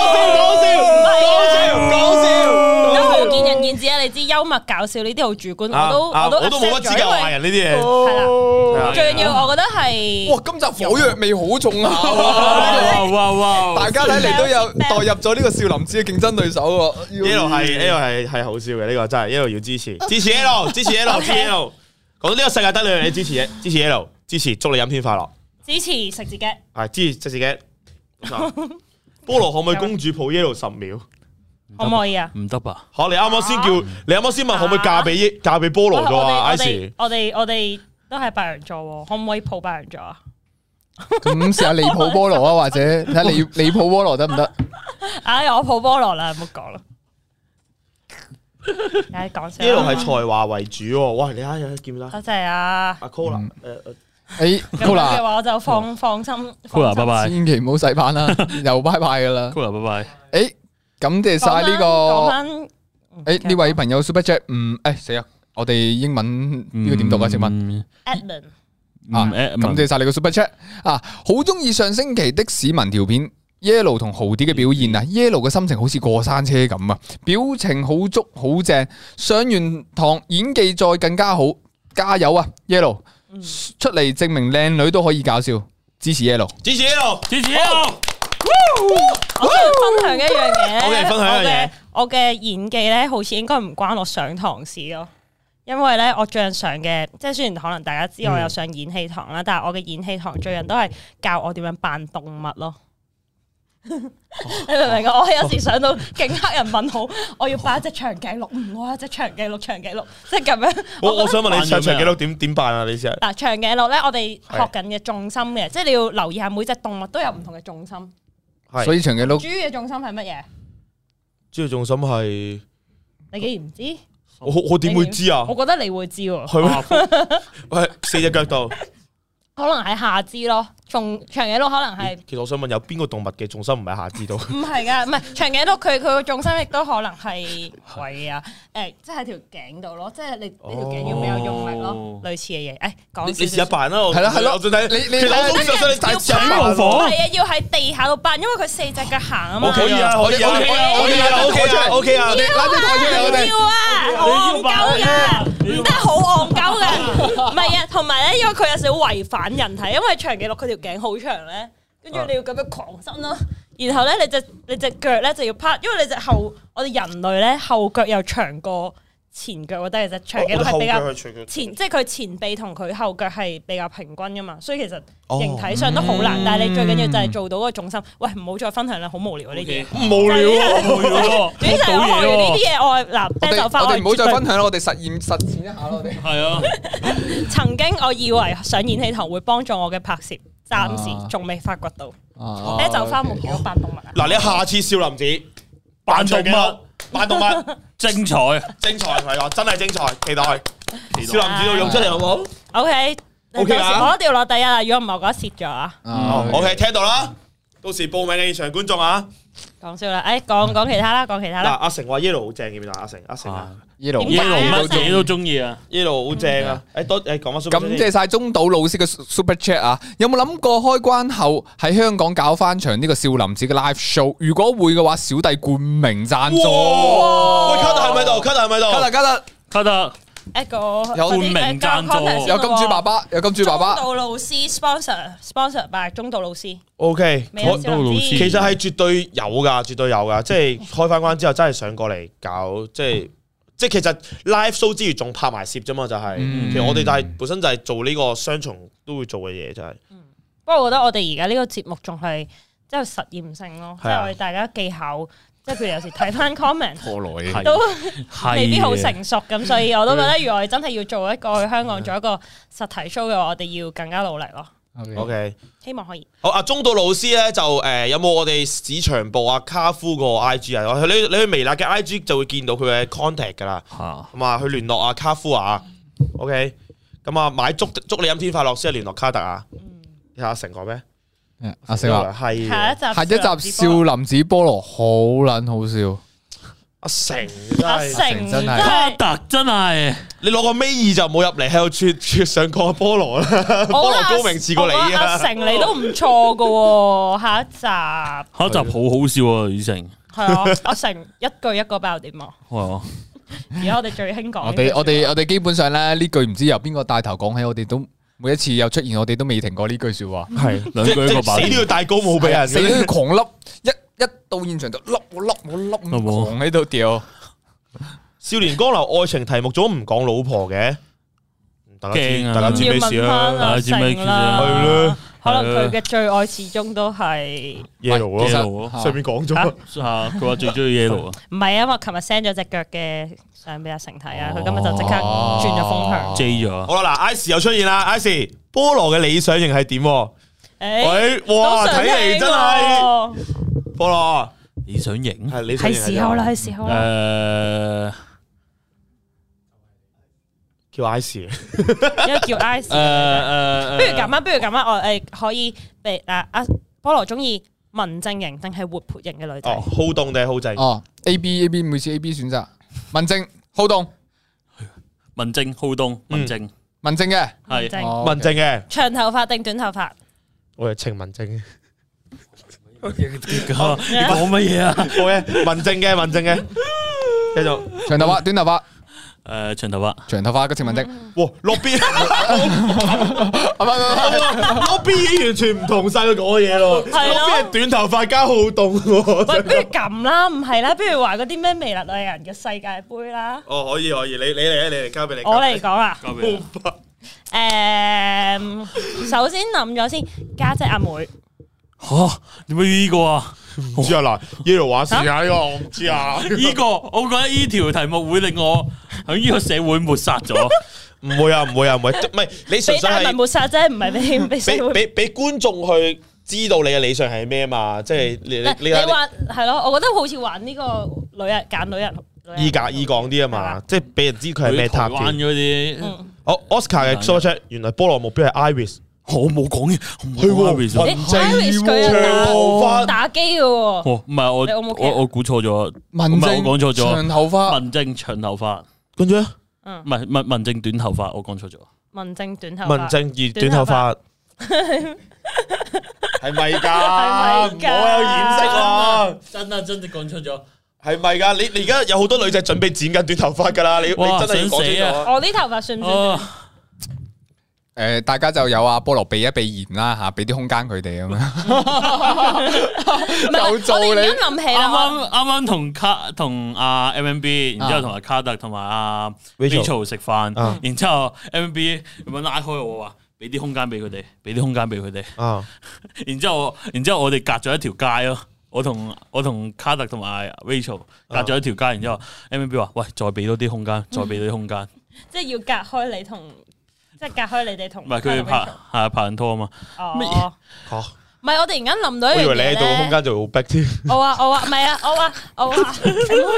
S4: 講笑講笑，都好係見仁見智啊！你知幽默搞笑呢啲好主觀，嗯我都
S2: 啊啊
S4: 都
S2: 我都冇乜
S4: accept 咗
S2: 資格
S4: 因
S2: 話
S4: 為哦
S2: 人呢啲嘢。
S4: 係啦，
S2: 係啊
S4: 最緊要我覺得係
S1: 哇，今集火藥味好重下
S3: 哇
S1: 喎，
S3: 哇哇
S1: 大！家睇嚟都有代入咗呢個少林寺嘅競爭對手喎。
S2: 呢度係呢度係係好笑嘅，呢個真係呢度要支持，
S4: 哦
S2: 支持 L，支持 L，支持 L。講到呢個世界得兩樣嘢，支持支持 L，支持祝你飲天快樂，
S4: 支持食自己，
S2: 係支持食自己。 菠蘿可唔可以公主抱 Yellow 十秒？
S4: 可唔可以啊？
S3: 唔得吧？
S2: 嚇！你啱啱先叫，你啱啱先問可唔可以嫁俾嫁俾菠
S4: 我
S2: 蘿咗啊
S4: 我
S2: ？Ice
S4: 哋。我哋我哋都係白羊座喎，可唔可以抱白羊座啊？
S1: 咁試下離譜菠蘿啊，或者睇 下離離譜菠蘿得唔得？
S4: 唉，我抱菠蘿啦，唔好講啦。唉，講笑。
S2: 呢度係才華為主喎，哇！你睇下見唔見
S4: 多
S2: 啦？
S4: 謝啊！
S2: 阿
S3: 嗯
S2: Cola，誒呃誒
S1: 誒
S4: 咁樣嘅
S1: Cola，
S4: 話我就放放心。
S3: Cola，拜
S4: 放心
S3: 拜
S1: 千祈唔好洗版啦， 又拜拜噶啦。
S3: Cool 啊，拜
S1: 誒，感謝
S4: 講
S1: 晒呢
S4: 返講
S1: 個
S4: 返嗯
S1: 誒呢位朋友 Super Jack，嗯，誒死啊！我哋英文
S3: 拜。
S1: 呢個點讀啊？請問？
S3: 問
S4: Edmund
S1: 啊，
S3: 음,
S1: 感謝晒你個 super chat 啊！好中意上星期的市民條片 yellow 同豪啲
S4: 嗯
S1: 嘅表現啊！yellow 嘅心情好似過山車咁啊，表情好足好正，上完堂演技再更加好，加油啊！yellow
S4: 嗯
S1: 出嚟證明靚女都可以搞笑，支持 yellow。
S2: 支持呢度。
S3: 支持 L。
S4: 我想分享一樣嘢。
S2: OK，分享一樣嘢
S4: 我嘅我嘅演技咧，好似應該唔關我上堂事咯。因為咧，我最近上嘅，即係雖然可能大家知
S2: 嗯
S4: 我有上演戲堂啦，但係我嘅演戲堂最近都係教我點樣扮動物
S2: 哦
S4: 咯。 你明唔明啊？我有時上到勁黑人問好，我要扮一隻長頸鹿，嗯，我有一隻長頸鹿，長頸鹿，即係咁樣。
S2: 我我想問你
S3: 扮咗咩
S2: 上場
S3: 啊
S2: 記錄點點辦啊？你試下。
S4: 嗱，長頸鹿咧，我哋學緊嘅重心嘅，即係你要留意下每隻動物都有唔同嘅重心。
S2: 哦係
S1: 所以長頸鹿
S4: 豬嘅重心係乜嘢？
S2: 主要重心係
S4: 你竟然唔知？
S2: 我我點會知啊
S4: 我？覺得你會知喎，
S2: 係咩？ 喂，四隻腳度。
S4: 可能係下肢咯，從長頸鹿可能係
S2: 其實我想問，有邊個動物嘅重心唔喺下肢度？
S4: 唔係噶？唔係長頸鹿佢佢個重心亦都可能係位啊，誒，即係喺條頸度咯，即係你呢條頸要比較用力
S3: 哦
S4: 咯，類似嘅嘢。誒，
S2: 你
S4: 講
S2: 你試
S4: 少
S2: 下
S4: 少。
S2: 扮啦，我
S1: 係啦係啦
S2: 我想睇。
S1: 你你
S2: 其實我
S1: 你
S2: 都想想你大隻
S3: 你模仿
S4: 係啊，要喺地下度扮，因為佢四隻腳行啊嘛。
S2: 我可以啊，可以啊
S1: 我哋
S4: 我
S2: ，OK
S4: 哋
S2: 啊，OK 啊
S1: 我哋
S2: ，OK 啊。
S1: 我哋拉啲台出嚟，我哋
S4: 要啊，好戇鳩噶，唔得好 戇鳩噶，唔係啊，同埋咧，因為佢有少少違反人體，因為長頸鹿佢條頸好長咧，跟
S1: 啊
S4: 住你要咁樣狂伸咯，然後咧你隻你隻腳咧就要拍，因為你隻後我哋人類咧後腳又長過前腳，我覺得其實長頸鹿係比較。前即係佢前臂同佢後腳係比較平均噶嘛，所以其實形體上都好難，但係你最緊要就係做到嗰個重心。喂，唔好再分享啦，好無聊啊呢啲嘢。
S2: 無聊喎。
S3: 冇嘢喎，
S4: 總之就係我學完呢啲嘢，我嗱
S1: 我
S4: 啤酒
S1: 哋
S4: 花，
S1: 我哋唔好
S4: 絕對
S1: 再分享啦，我哋實驗實踐一下啦，我哋。
S3: 係啊，
S4: 曾經我以為上演戲堂會幫助我嘅拍攝，暫時仲未發掘到。
S1: 哦
S4: 啤酒花目標扮動物啊！
S2: 嗱，你下次少林寺
S3: 扮動物
S2: 長頸鹿，扮動物，
S3: 精彩。
S2: 精彩同你講，真係精彩，期待。少林寺度用出嚟好唔好？
S4: OK，到
S2: OK 啊
S4: 時我一定要落第一啊！如果唔係，我覺得蝕咗啊！
S1: 哦
S2: OK，聽到啦。到時報名嘅現場觀眾啊！
S4: 講笑啦，誒，講講其他啦，講其他
S2: 嗱，
S4: 啦。
S2: 阿成話 yellow 好正，見唔見到阿成？阿成啊
S1: ，yellow
S4: 點解啊
S3: Yellow 乜嘢都中意啊！
S2: ，yellow 好正啊！誒，多誒講翻 super
S1: 感謝晒中島老師嘅 Super Chat 啊！有冇諗過開關後喺香港搞翻場呢個少林寺嘅 live show？如果會嘅話，小弟冠名贊助。
S2: 哇！喂，卡特係咪喺度？卡特係咪喺
S1: 加
S2: 度
S1: 啦？加啦，
S3: 卡特
S4: 一個有
S1: 有
S3: 冠名贊助
S1: 有金主爸爸，有金主爸爸
S4: 中，道老師 sponsor sponsor by 中道老師，
S2: O K，
S4: 未有
S3: 中道老師
S2: 其實係絕對有噶，絕對有噶，即係開翻關之後真係上過嚟搞，即係即係其實 live show 之餘仲拍埋攝啫嘛，就係、
S1: 嗯
S2: 其實我哋就係本身就係做呢個雙重都會做嘅嘢，就係、
S4: 不過我覺得我哋而家呢個節目仲係即係實驗性咯，即
S2: 係啊
S4: 係我哋大家技巧，即係譬如有時睇翻 comment
S1: 破女
S3: 係
S4: 都。
S3: 係
S4: 未必好成熟咁，所以我都覺得，如果我哋真係要做一個去香港做一個實體 show 嘅話，我哋要更加努力咯。
S1: 嗯
S2: O K。
S4: 希望可以。
S2: 好啊，中道老師咧就誒、呃有冇我哋市場部啊卡夫個 I G 啊？你你去微辣嘅 I G 就會見到佢嘅 contact 噶啦，
S3: 吓，
S2: 咁啊去聯絡啊卡夫啊，O K。咁啊買祝祝你飲天快樂先聯絡卡特啊，睇下阿成講咩？
S1: 嗯阿啊四話
S2: 係啊
S4: 下一集，
S1: 下一集少林寺菠蘿好撚好笑，
S2: 阿成
S4: 阿
S2: 真係
S4: 成真
S1: 係
S3: 卡
S4: 係，
S3: 特真係
S2: 你攞個尾二就冇入嚟，喺度撮撮上個菠蘿啦，菠
S4: 我覺
S2: 蘿
S4: 得阿
S2: 高明似過
S4: 我覺
S2: 你
S4: 得阿
S2: 啊！
S4: 成你都唔錯噶，下一集
S3: 下一集好好笑啊！雨成
S4: 係啊，我成一句一個爆點啊！
S3: 係啊，
S4: 而家我哋最興講
S1: 我
S4: 哦呢句
S1: 哋
S4: 說話
S1: 我哋我哋基本上咧呢句唔知由邊個帶頭講起，我哋都每一次有出現，我哋都未停過呢句说話。
S3: 係兩
S2: 即
S3: 句一個
S2: 即
S3: 爆
S2: 死都要戴高帽俾人。
S1: 啊死都要狂笠，一一到現場就笠我笠我笠，
S3: 好啊冇
S1: 咁狂喺度掉。
S2: 少年江流愛情題目組唔講老婆嘅，大家知
S3: 驚啊
S2: 大家知咩事
S4: 要問
S2: 啦
S4: 返？
S3: 啊知咩事啊
S4: 成啦
S2: 係啦
S4: 可能佢嘅最愛始終都係
S2: 耶魯
S1: 其實
S2: 咯，
S3: Yellow
S1: 嚇
S2: 啊 上面講
S4: 啊
S3: 아,
S2: 咗。
S3: 啊！佢話最中意 yellow 啊，
S4: 唔係啊？我琴日 send 咗只腳嘅相俾阿成睇啊，
S3: 哦
S4: 佢今日就即刻轉咗風向。
S3: J 咗，
S2: 好啦，嗱，Ice 又出現啦，Ice 菠蘿嘅理想型係點喎？
S4: 誒
S2: 喂，哎哇，
S4: 哎都想
S2: 睇嚟
S4: 聽
S2: 真係
S4: 喎
S2: 菠蘿
S3: 你想型？
S2: 係理想
S4: 係
S2: 型係
S4: 時候啦，係時候啦。
S3: 誒
S2: 叫 Ice
S4: 因為叫
S3: 誒誒，
S4: Ice，不如咁啊，不如咁啊，我誒可以俾啊阿菠蘿中意文靜型定係活潑型嘅女
S2: 哦，
S4: 仔？
S2: 好動定係好靜？
S1: 哦，A B A B 每次 A B 選擇，文靜好動，
S3: 文靜好動，文靜
S1: 文靜嘅
S4: 文
S3: 係
S4: 靜
S1: 哦
S2: 文靜嘅，
S4: 長頭髮定短頭 髮？
S2: 我係情文 靜。
S3: 你講乜 嘢啊？
S2: 好嘅，文靜嘅，文靜嘅，繼續。
S1: 長頭髮短頭髮，
S3: 誒長頭髮，
S1: 長頭髮嘅情文靜，
S4: 嗯
S2: 哇，落邊
S1: 啊唔係唔係唔係
S2: 落邊已經完全唔同晒佢講嘅嘢咯。
S4: 係
S2: 落
S4: 咯
S2: 邊係短頭髮加好動喎。
S4: 喂，不如咁啦，唔係啦，不如話嗰啲咩微辣女人嘅世界盃啦。
S2: 哦，可以可以，你你嚟啊，你嚟交俾你。
S4: 我嚟講啊，
S3: 交俾
S4: 誒，首先諗咗先，家姐阿妹，
S3: 嚇點解呢個啊？
S2: 唔知啊嗱，呢度話事啊呢個我唔知啊，
S3: 呢個我覺得呢條題目會令我喺呢個社會抹殺咗。
S2: 唔會啊唔會啊唔會， 唔係你純粹
S4: 俾大文
S2: 係
S4: 抹殺啫，唔係 俾俾社
S2: 俾
S4: 會。
S2: 俾俾觀眾去知道你嘅理想係咩嘛，即係你
S4: 嗱
S2: 你
S4: 你
S2: 你
S4: 話係咯，我覺得好似玩呢個女人揀女人，女人
S2: 依格依講啲啊
S4: 係
S2: 嘛
S4: 啦，
S2: 即係俾人知佢係咩
S3: 去台
S2: type
S3: 灣啊
S2: 添。
S3: 嗰啲，
S4: 嗯
S2: 哦，Oscar 嘅 super chat 原來菠蘿目標係 Iris，
S3: 我冇講嘅，
S2: 係
S3: 我冇
S2: 喎
S3: 講 Iris 啊
S4: 你 Iris 佢
S2: 長頭
S4: 又打
S2: 髮
S4: 打機嘅喎，
S3: 哦，唔係
S4: 你
S3: 我
S4: O 唔 OK 啊
S3: 我我估錯咗，
S1: 文
S3: 唔係
S1: 靜
S3: 我講錯咗，
S1: 長頭髮
S3: 文靜長頭髮，
S2: 跟住咧
S4: 嗯
S3: 唔，係文文靜短頭髮，我講錯咗。
S4: 文靜短頭
S2: 文
S4: 髮，
S2: 靜而短頭髮。係咪㗎？
S4: 係咪㗎
S2: 唔好有掩飾啦！
S3: 真啊真，你講錯咗。
S2: 係咪㗎？你你而家有好多女仔準備剪緊短頭髮㗎啦！你你真
S3: 哇
S2: 係要講清
S3: 想死啊
S2: 楚。
S4: 我啲頭髮算唔算短？
S3: 哦，
S1: 诶，誒大家就有啊菠蘿避一避嫌啦吓，俾啲空間佢哋
S3: 啊
S1: 咁樣。
S4: 唔係
S1: 有做
S4: 我
S1: 你
S4: 突然間諗起
S3: 啱
S4: 啦，
S2: 啊
S4: 我
S3: 啱啱啱同卡同阿 M M B，然之後同阿卡特同埋阿
S2: Rachel
S3: Rachel 食飯
S2: 啊，
S3: 然之後 M M B 咁樣拉開我話，俾啲空間俾佢哋，俾啲空間俾佢哋。
S2: 啊！
S3: 然之後，然之後我哋隔咗一條街咯。我同我同卡特同埋 Rachel 隔咗一條街，然之後 M M B 話：喂，再俾多啲空間，再俾多啲空間。
S4: 即係要隔開你同，即係隔開你哋同。
S3: 唔係佢哋拍係啊拍緊拖啊嘛。咩
S4: 哦。
S2: 嚇
S4: 唔係，我突然間諗到
S2: 我
S4: 一
S2: 以
S4: 樣嘢
S2: 為你喺度個空
S4: 咧。
S2: 間就會好逼添。
S4: 我話我話唔係啊，我話我話唔好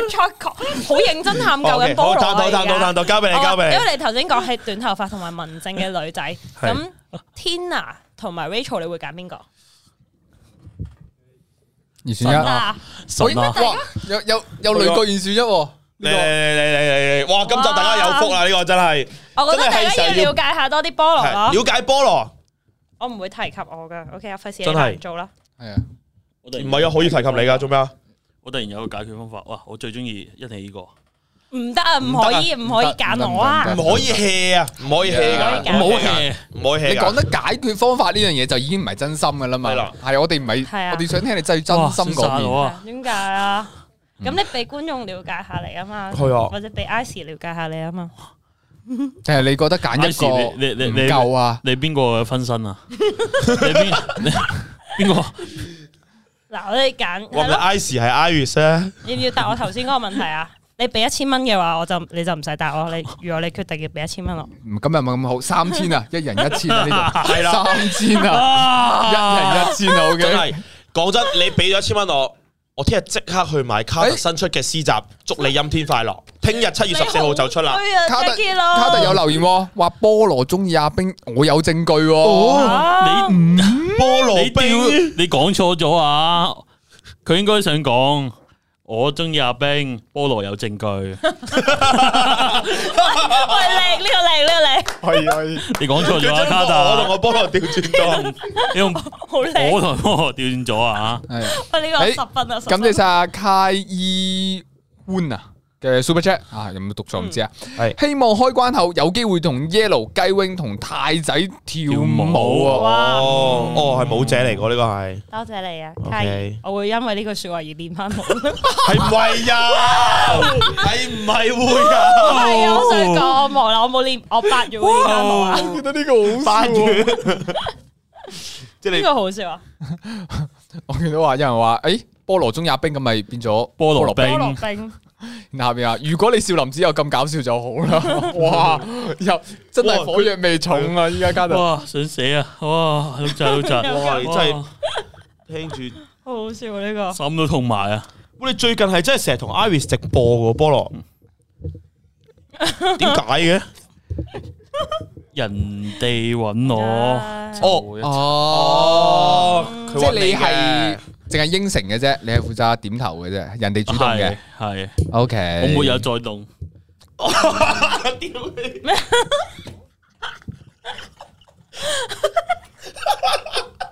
S4: 再講，好認真探究緊菠
S2: 好，
S4: 蘿
S2: 探
S4: 啊
S2: 到探到探
S4: 而
S2: 到，交俾
S4: 家
S2: 你，
S4: 我
S2: 交
S4: 話
S2: 俾
S4: 因
S2: 你。
S4: 為你頭先講係短頭髮同埋文靜嘅女仔，咁 Tina 同埋 Rachel 你會揀邊個？
S1: 二選一，
S4: 嗱，
S3: 神啊！
S1: 哇，有有有累過二選一喎，
S2: 嚟嚟嚟嚟嚟嚟！哇！今集大家有福啦，呢個真係
S4: 我覺得大家要了解下多啲菠蘿
S2: 係了
S4: 咯。
S2: 解菠蘿，
S4: 我唔會提及我噶，OK 啊，費事你
S2: 真係
S4: 難做啦。
S1: 係啊，
S3: 我突然
S2: 唔係啊，可以提及你噶，做咩啊？
S3: 我突然有個解決方法。哇！我最中意一係呢個。
S4: 唔得啊，唔可以，唔可以揀我啊
S1: 唔得唔得唔！
S2: 唔可以 hea 啊，唔可以 hea
S4: 唔可以
S2: 噶，
S4: 㗎
S2: 唔
S3: 冇
S2: 可以 hea，
S3: 嘅，
S2: 唔可以 hea
S3: 啊
S1: 你
S2: 㗎
S1: 講得解決方法呢樣嘢就已經唔係真心噶啦嘛
S2: 係啦，
S1: 係我哋唔
S4: 係
S1: 係，
S4: 啊
S1: 我哋想聽你最真
S3: 哇算
S1: 心嗰
S3: 晒
S1: 邊
S3: 我。啊！
S4: 點解啊？咁你俾觀眾了解下你啊嘛，
S2: 係啊
S4: 或者俾 Ice 了解下你啊嘛。
S1: 就係你覺得揀一個
S3: 你你
S1: 唔
S3: 你
S1: 夠啊？
S3: 你邊個嘅分身啊？你邊你邊個？
S4: 嗱，我哋揀
S2: 話
S4: 係
S2: 唔
S4: 咯
S2: 係。Ice 係 Iris 咧，
S4: 要唔要答我頭先嗰個問題啊？你俾一千蚊嘅話，我就你就唔使答我。你如果你決定要俾一千蚊我，
S1: 唔今日冇咁好，三千啊，一人一千啊，呢度
S2: 係啦
S1: 三千啊，一
S3: 啊！
S1: 人一千啊，OK，
S2: 真係講真，你俾咗一千蚊我，我聽日即刻去買卡特新出嘅詩集《祝你陰天快樂》，聽日七月十四號就出啦。
S4: 哎呀
S1: 卡特
S4: Jackie 咯
S1: 卡特有留言喎話菠蘿中意阿冰，我有證據喎。
S4: 啊
S3: 你唔
S2: 菠
S3: 你
S2: 蘿
S3: 掉
S2: 冰
S3: 你講錯咗啊！佢應該想講我中意阿冰，菠蘿有證據。
S4: 喂，你呢個嚟，呢個嚟，
S1: 可以可以，
S3: 你講錯
S2: 佢
S3: 咗啊，
S2: 將
S3: 卡
S2: 我同
S3: 特，
S2: 我菠蘿調轉咗，
S3: 你用
S4: 好
S3: 我
S4: 靚。
S3: 同菠蘿調轉咗啊！
S1: 系
S4: 喂，呢個十分啊，十
S1: 感
S4: 分
S1: 謝晒阿 Kai Wan 啊嘅 Super Chat 啊，有冇讀錯唔知啊？
S2: 係
S1: 希望開關後有機會同 Yellow 雞 wing 同太仔跳舞
S3: 跳
S1: 啊！
S4: 哇！
S2: 哦哦，係舞者嚟嘅呢個係，
S4: 多謝你啊
S2: OK
S4: 卡爾我會因為呢句说話而練翻好。
S2: 係唔係啊？係唔係會啊？
S4: 係啊，我想講我冇啦，我冇練，我八月會練翻好啊。
S1: 我覺得呢個好笑啊，
S2: 即係
S4: 呢
S2: 你
S4: 個好笑啊！
S1: 我見到話有人話，誒菠蘿中也冰咁咪變咗
S3: 菠蘿
S4: 菠
S3: 冰
S4: 蘿冰
S1: 然後下邊啊，如果你少林寺有咁搞笑就好啦，哇！又真係火藥味重啊！依家加到
S3: 哇，想死啊！哇，碌窒碌窒，
S2: 哇你真係
S3: 哇
S2: 聽住，
S4: 好好笑啊！呢個
S3: 心都痛埋啊！
S2: 喂，你最近係真係成日同 Iris 直播嘅菠蘿，點解嘅？
S3: 人哋揾我，
S4: 啊
S1: 哦
S2: 哦，
S1: 哦，即係你係淨係應承嘅啫，你係負責點頭嘅啫，人哋主動
S3: 係
S1: 嘅。
S3: 係，
S1: O K，
S3: 我沒有再動。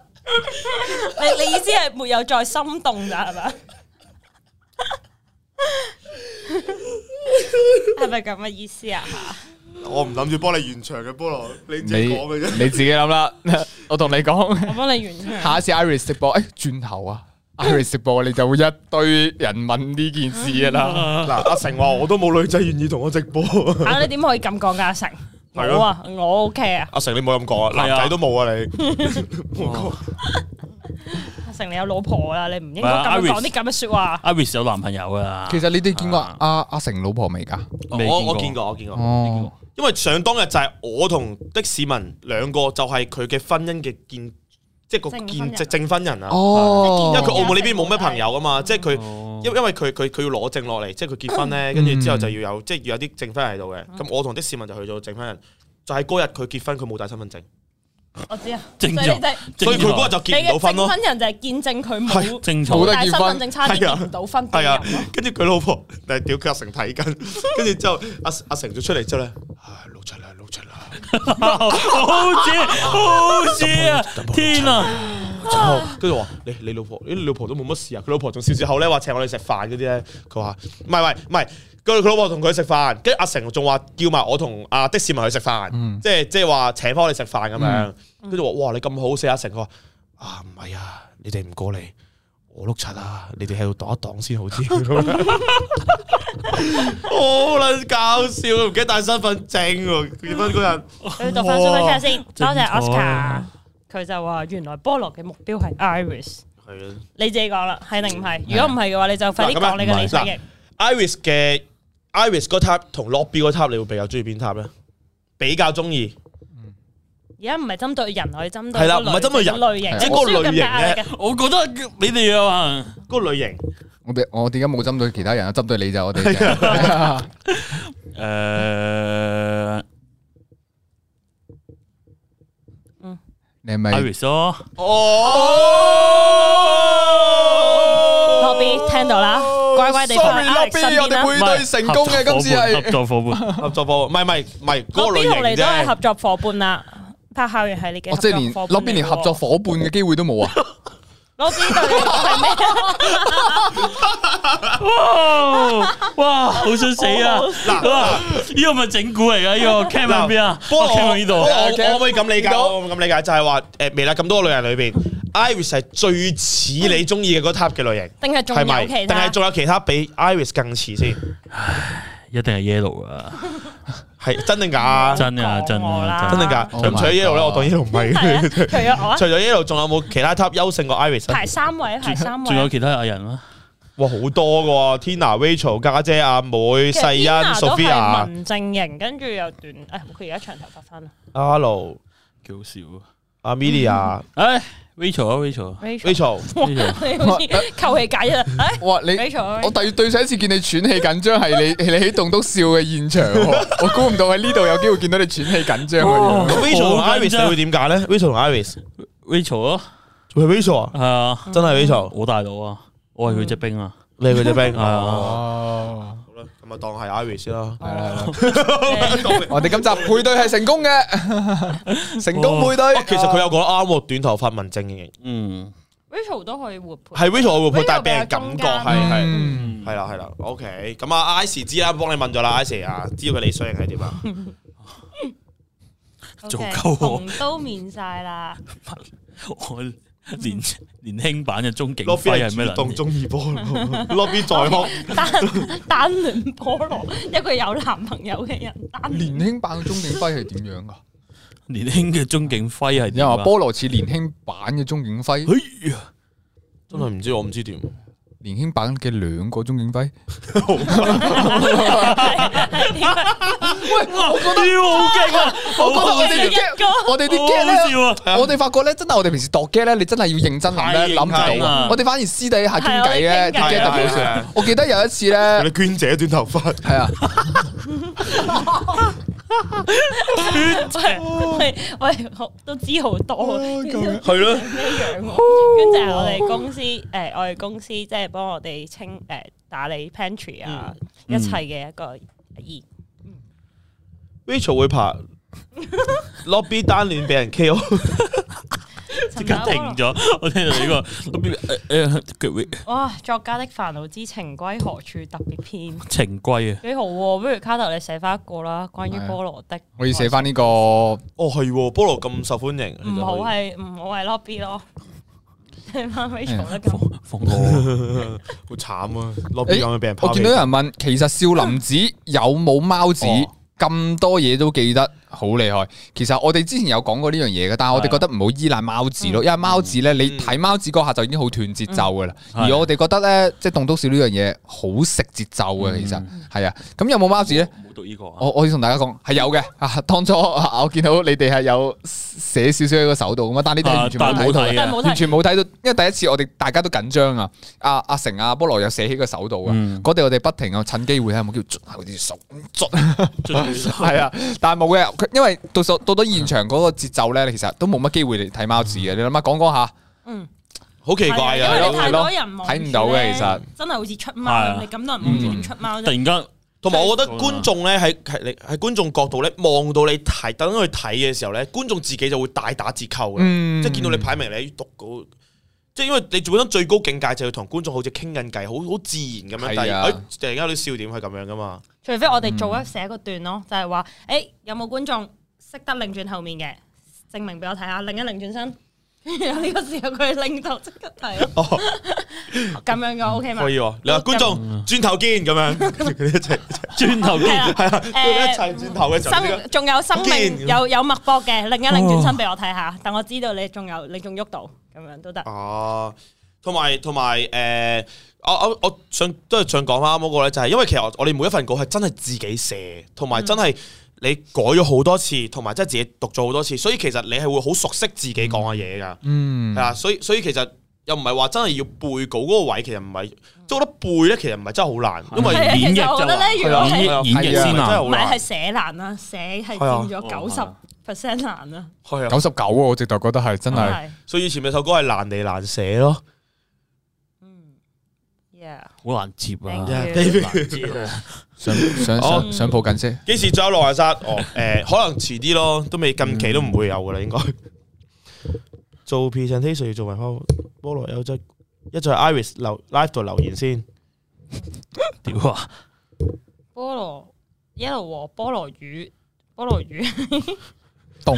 S4: 你你意思係沒有再心動咋係嘛？ 係咪咁嘅意思啊？
S5: 我唔諗住幫你完場嘅菠蘿，你自己
S1: 你
S5: 講嘅啫。
S1: 你自己諗啦， 我同你講，
S4: 我幫你完場。
S1: 下一次 Iris 直播，誒轉頭啊，Iris 直播你就會一堆人問呢件事噶啦。
S5: 嗱，阿成話我 都冇女仔願意同我直播，
S4: 啊！你點可以咁講㗎阿成？我
S2: 係咯
S4: 啊，我 OK 啊。
S2: 阿成，你唔好咁講啊，
S3: 係啊
S2: 男仔都冇啊你。
S4: 阿成你有老婆啦，你唔應該
S3: 唔係啊
S4: 咁
S3: Iris
S4: 講啲咁嘅说話。
S3: Iris 有男朋友噶啦，
S1: 其實你哋見過阿阿成老婆未㗎？
S2: 我
S3: 未見過
S2: 我見過，我見過，
S1: 哦，
S2: 因為上當日就係我同的市民兩個就係佢嘅婚姻嘅見，即係個
S4: 證
S2: 見
S4: 婚人
S2: 證證婚人啊。因為
S1: 哦
S2: 佢澳門呢邊冇咩朋友噶嘛，即係佢因因為佢佢佢要攞證落嚟，即係佢結婚
S4: 嗯
S2: 咧，跟住之後就要有即係要有啲證婚人喺度嘅。咁我同的市民就去咗證婚人，就係嗰日佢結婚，佢冇帶身份證，
S4: 我知啊，
S3: 正
S4: 所以
S3: 常
S4: 你就係
S2: 所以佢嗰日就
S4: 你
S2: 結唔
S4: 嘅
S2: 到婚咯。
S4: 證啊婚人就係見證佢冇
S3: 正
S1: 冇
S3: 常
S1: 得
S4: 但
S1: 結
S4: 係
S1: 婚
S4: 身份證差啲
S2: 係啊
S4: 結唔到婚嘅
S2: 係啊
S4: 人咯，
S2: 跟住佢老婆， 但係屌佢阿成睇緊，跟住之後阿阿成就出嚟之後咧，唉，老出啦，老出啦。
S3: 好似好似啊！天啊！
S2: 跟住我話你你老婆，咦你老婆都冇乜事啊？佢老婆仲笑笑口咧話請我哋食飯嗰啲咧，佢話唔係唔係唔係，佢佢老婆同佢食飯，跟住阿成仲話叫埋我同阿的士民去食飯，即係即係話請翻我哋食飯咁樣。跟住我話哇你咁好死阿成，佢話啊唔係啊，你哋唔過嚟。我碌柒啊！你哋喺度擋一擋先好啲， 好撚搞笑，唔記得帶身份證喎，結婚嗰日。
S4: 你讀翻 super chat 先，多
S3: 正
S4: 謝
S3: 彩
S4: Oscar
S3: 啊。
S4: 佢就話原來菠蘿嘅目標係 Iris，
S2: 係啊
S4: 你自己講啦，係定唔係？如果唔係嘅話，你就快啲
S2: 嗱咁啊
S4: 講你嘅理想型。
S2: Iris 嘅 Iris 嗰 type 同 Lobby 嗰 type，你會比較中意邊 type 咧？比較中意，
S4: 而家唔係針對人，我哋針對
S2: 係啦
S4: 個類
S2: 唔係針對人
S4: 類型，
S2: 即係嗰個類型咧
S3: 我覺得你哋啊，
S2: 嗰個類型
S1: 我哋我點解冇針對其他人啊？針對你就我哋 啫。
S3: 誒
S1: 你係咪
S3: Iris 咯，
S4: 我
S2: 哦
S4: B 聽到啦，乖乖地放喺
S1: Sorry
S4: Alex 身
S1: Lobby，我
S4: 邊
S1: 哋
S4: 啦。
S1: 配對成功嘅，今次
S3: 合
S1: 係
S3: 作伙伴，
S2: 合作伙伴，唔係唔係唔係嗰個
S4: Lobby 同
S2: 類
S4: 你
S2: 型
S4: 都係合
S2: 啫。
S4: 作伙伴啦，拍校園系列嘅
S1: 我
S4: 合
S1: 哦即
S4: 作
S1: 係連
S4: 伙伴嚟嘅喎。啊
S1: Lobby 連合作伙伴嘅機會都冇 啊！
S4: Lobby 對你 係咩？
S3: 哇哦哇，好想死啊！
S1: 哦
S2: 嗱
S3: 哇呢個咪整蠱嚟噶？呢個 cam 喺邊啊
S2: 不 過我
S3: ？cam 喺呢
S2: 我
S3: 度，
S2: 我我
S1: Okay
S2: 可唔可以咁理解？
S1: 見到
S2: 我可唔可以咁理解就係話，誒未啦咁多個類人裏邊，Iris 係最似你中意嘅嗰 type 嘅類型，
S4: 定係仲
S2: 係咪？
S4: 有其
S2: 定係
S4: 他？
S2: 仲有其他比 Iris 更似先？
S3: 一定係 yellow 啊！
S2: 係真定假？真
S3: 真啊真
S4: 我
S3: 啊
S4: 啦
S3: 真
S2: 定假？
S1: Oh
S2: 咁除咗
S1: my
S2: Yellow 咧，我
S1: God
S2: 當 Yellow 唔
S4: 係啊
S2: 係。
S4: 除咗我 啊
S2: 除，咗 Yellow，仲有冇其他 type 優勝過 Iris 啊
S4: 排三位，排三
S3: 仲有
S4: 位。
S3: 其他藝人啊嗎？
S2: 哇，好多噶！Tina、Rachel、家姐、阿妹、世欣、
S4: Tina 都係
S2: Sophia、
S4: 文靜型，跟住又短，誒佢而家長頭髮翻啦。
S2: Hello、
S3: 幾好笑啊！
S4: 嗯
S2: Amelia、
S3: 唉，Rachel 啊 Rachel 啊
S4: Rachel，
S2: Rachel，
S4: 你好似求其解一，誒
S1: 哇，你
S4: Rachel，
S1: 我第對上一次見你喘氣緊張係你 你喺棟篤笑嘅現場 喎，我估唔到喺呢度有機會見到你喘氣緊張嘅
S4: 哦
S1: 樣。
S2: 咁 Rachel 同
S3: 好緊
S2: Iris
S3: 張
S2: 你會點解咧？Rachel 同 Iris
S3: Rachel 咯，
S2: 係 Rachel 啊，
S3: 係啊，
S2: 真係 Rachel。
S3: 我大佬啊，我係佢只兵啊，
S2: 你佢只 friend 系 啊。
S1: 哦，
S2: 好啦，咁啊當係 Ivy 先啦。
S1: 系啦，我哋今集配對係成功嘅， 成功配對。
S2: 哦 其實佢有講得啱喎，短頭髮文靜型
S3: 嗯，
S4: Rachel 都可以活潑，
S2: 係 Rachel 我會
S4: Rachel
S2: 配，但係俾人感覺係係
S1: 嗯
S2: 係啦係啦。OK，咁啊 Ice 知啦，幫你問咗啦，Ice 啊，知道佢理想型係 點啊？
S3: 做
S4: OK，
S3: 夠喎
S4: 紅都面晒啦，
S3: 我年年轻版嘅鍾景
S2: 洛菲
S3: 輝
S2: 係
S3: 係咩
S2: 主動
S3: 嚟？
S2: 中 意波，lobby 在哭。
S4: 單單 戀菠蘿，一個有男朋友嘅人，單
S1: 年
S4: 戀
S1: 輕版嘅鐘景輝係點樣啊噶？
S3: 年輕嘅鍾景輝係
S1: 有人
S3: 點啊
S1: 話菠蘿似年輕版嘅鐘景輝，
S3: 哎呀
S2: 真係唔知，我唔知點。
S1: 年輕版嘅兩個鐘景輝。
S4: 啊
S3: 我覺得好勁啊！
S1: 我覺得我哋啲 get，我哋啲 get
S3: 好好笑
S1: 咧
S3: 啊，
S1: 我哋發覺咧，真係我哋平時度 get 咧，你真係要認真諗
S3: 太認
S1: 咧，
S3: 真
S1: 諗唔到
S3: 啦
S1: 啊。我哋反而私底下傾偈咧，啲
S4: 係我哋傾偈啊
S1: get 特別
S2: 係
S1: 好
S2: 係係
S1: 笑。我記得有一次 咧，
S5: 你娟姐短頭髮，
S1: 係啊，
S4: 喂啊
S3: 啊
S4: 喂，好都知好多，跟住
S2: 係咯，
S4: 咩樣
S3: 哦
S4: 喎？跟住係我哋公司誒，我哋公司即係幫我哋清誒打理 pantry 啊，
S3: 嗯
S4: 一切嘅一個意
S2: Rachel 會拍 lobby 單戀俾人 KO，
S3: 即刻停咗，我聽到呢個誒誒腳會
S4: 哇！作家的煩惱之情歸何處特別篇，
S3: 情歸啊！
S4: 幾好喎！不如卡特你寫翻一個啦，關於菠蘿的。
S1: 啊我要寫翻呢個
S2: 哦係喎，菠蘿咁受歡迎，啊
S4: 唔好啊係唔好係 lobby 咯， 寫翻
S1: 啊
S4: Rachel
S3: 放
S4: 得咁。
S3: 放過我
S2: 好慘啊！lobby
S1: 誒
S2: 咁樣俾人拋
S1: 我
S2: 棄
S1: 見到有人問，其實少林寺有冇貓子？
S2: 哦
S1: 咁多嘢都記得，好厲害。其實我哋之前有講過呢樣嘢嘅，但係我哋覺得唔好依賴貓子咯，因為貓子咧，你睇貓子嗰下就已經好斷節奏噶啦。
S3: 嗯
S1: 而我哋覺得咧，即係棟篤笑呢樣嘢好食節奏嘅，其實係啊。咁有冇貓子咧？
S3: 冇讀呢個啊！
S1: 我我要同大家講係有嘅啊！當初啊我見到你哋係有寫少少喺個手度咁啊，但係呢啲係完全
S3: 啊但係
S1: 冇
S3: 冇
S1: 睇到
S3: 睇嘅，
S4: 但係冇
S1: 完
S4: 睇，
S1: 全冇睇到，因為第一次我哋大家都緊張啊！阿阿成、阿菠蘿有寫喺個手度啊，
S3: 嗯
S1: 嗰地我哋不停啊趁機會喺度叫捽下嗰啲手，捽
S3: 係
S1: 係啊，但係冇嘅，佢因為到咗到咗現場嗰個節奏咧，其實都冇乜機會嚟睇貓子嘅。你諗下講講下，
S4: 嗯，
S2: 好奇怪
S4: 係因
S2: 啊
S4: 為！你太多人望住咧
S1: 睇唔到嘅其實嗯
S4: 真係好似出貓
S3: 係啊嗯
S4: 咁，你咁多人望住點出貓
S3: 突
S4: 啫？
S3: 然間
S2: 同埋我覺得觀眾咧喺喺你喺觀眾角度咧望到你睇，等佢睇嘅時候咧，觀眾自己就會大打折扣嘅，
S1: 嗯
S2: 即係見到你排名你讀嗰，即係因為你做緊最高境界就要同觀眾好似傾緊偈，好好自然咁樣。但
S1: 係
S2: 係
S1: 啊
S2: 哎突然間有啲笑點係咁樣噶嘛，
S4: 除非我哋
S1: 嗯
S4: 做一寫一個段咯，就係話誒有冇觀眾識得擰轉後面嘅，證明俾我睇下，擰一擰轉身。 有呢個時候佢擰頭即刻睇咯，
S1: 哦
S4: 咁樣嘅 OK 嘛
S2: 可？以喎。你話觀眾轉頭見咁樣， 佢哋一齊
S3: 轉頭
S4: 係啦
S3: 見，
S2: 係啊，佢哋一
S4: 誒
S2: 齊轉頭嘅時候，
S4: 生仲有生
S2: 見哦
S4: 命有有脈搏嘅，另一另轉身俾我睇下，等我知道你仲有你仲喐到，咁樣都得。
S2: 哦，同埋同埋誒，我我我想都係想講翻啱嗰個咧，就係因為其實我我哋每一份稿係真係自己寫，同
S4: 嗯
S2: 埋真係你改咗好多次，同埋真係自己讀咗好多次，所以其實你係會好熟悉自己講嘅嘢㗎，
S1: 嗯
S2: 係啊，所以所以其實。又唔係話真係要背稿嗰個位，其實唔係，即係我覺得背咧，其實唔係真係好難，因為
S4: 係啊
S3: 演繹
S4: 其實我覺得咧，
S3: 就
S4: 如果係
S3: 演繹演繹先
S2: 真係
S3: 啊！
S2: 好
S4: 唔係係
S2: 難，
S4: 寫難啦，寫係
S2: 係啊
S4: 佔咗九十 percent 難啦，
S2: 係啊，
S1: 九十九啊，我直頭覺得係真係。
S4: 係
S2: 所以以前咪首歌係難嚟難寫咯，
S4: 嗯，yeah，
S3: 好難接啊！
S4: Yeah.
S1: 想想想想抱緊先，
S2: 幾時再有狼人殺？ 哦，诶、可能遲啲咯，都未近期都唔會有噶啦，應該。 做 presentation 要做埋開菠蘿有隻一隻 Iris 留 live 度留言先，
S3: 屌啊！
S4: 菠蘿 yellow 和菠蘿魚，菠蘿魚
S1: 凍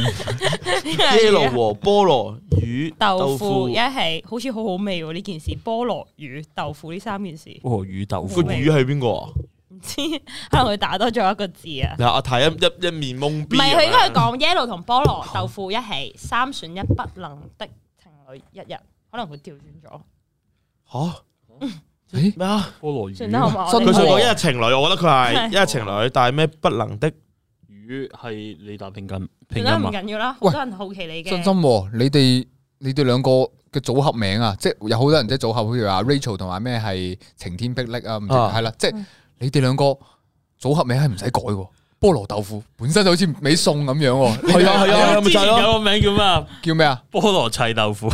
S2: 耶魯和菠蘿魚
S4: 啊 豆腐一係好似好好味喎呢件事，菠蘿魚豆腐呢三件事，
S3: 菠蘿魚豆
S2: 個
S3: 腐
S2: 魚係邊個啊？
S4: 唔知 可能佢打多咗一個字啊。
S2: 嗱，阿太一一一面懵
S4: 唔
S2: 逼咁啊樣，
S4: 係，佢應該係講 yellow 同菠蘿豆腐一起，三選一不能的情侶一日，可能會調轉咗，
S2: 吓
S1: 咦
S2: 咩啊？
S3: 菠蘿
S4: 算啦好
S3: 魚
S4: 嘛？
S1: 新
S4: 我
S2: 佢
S4: 哋
S2: 想講一日情侶，我覺得佢係
S4: 係
S2: 一日情侶，但係咩不能的？
S3: 魚係你打拼緊拼
S4: 算
S3: 音
S4: 啦，唔
S3: 啊！
S4: 緊要啦，好
S1: 喂
S4: 多人好奇你
S1: 真
S4: 嘅
S1: 心。喎，你哋你哋兩個嘅組合名啊，即係有好多人即係組合，譬如話 Rachel 同埋咩係晴天霹靂啊，唔知
S2: 啊
S1: 係啦，即係你哋兩個組合名係唔使改喎。菠蘿豆腐本身就好似美餸咁樣喎，你哋
S2: 係啊係啊，咪
S3: 之
S2: 就係
S3: 前
S2: 咯。
S3: 有個名叫咩啊？
S1: 叫咩啊？
S3: 菠蘿砌豆腐。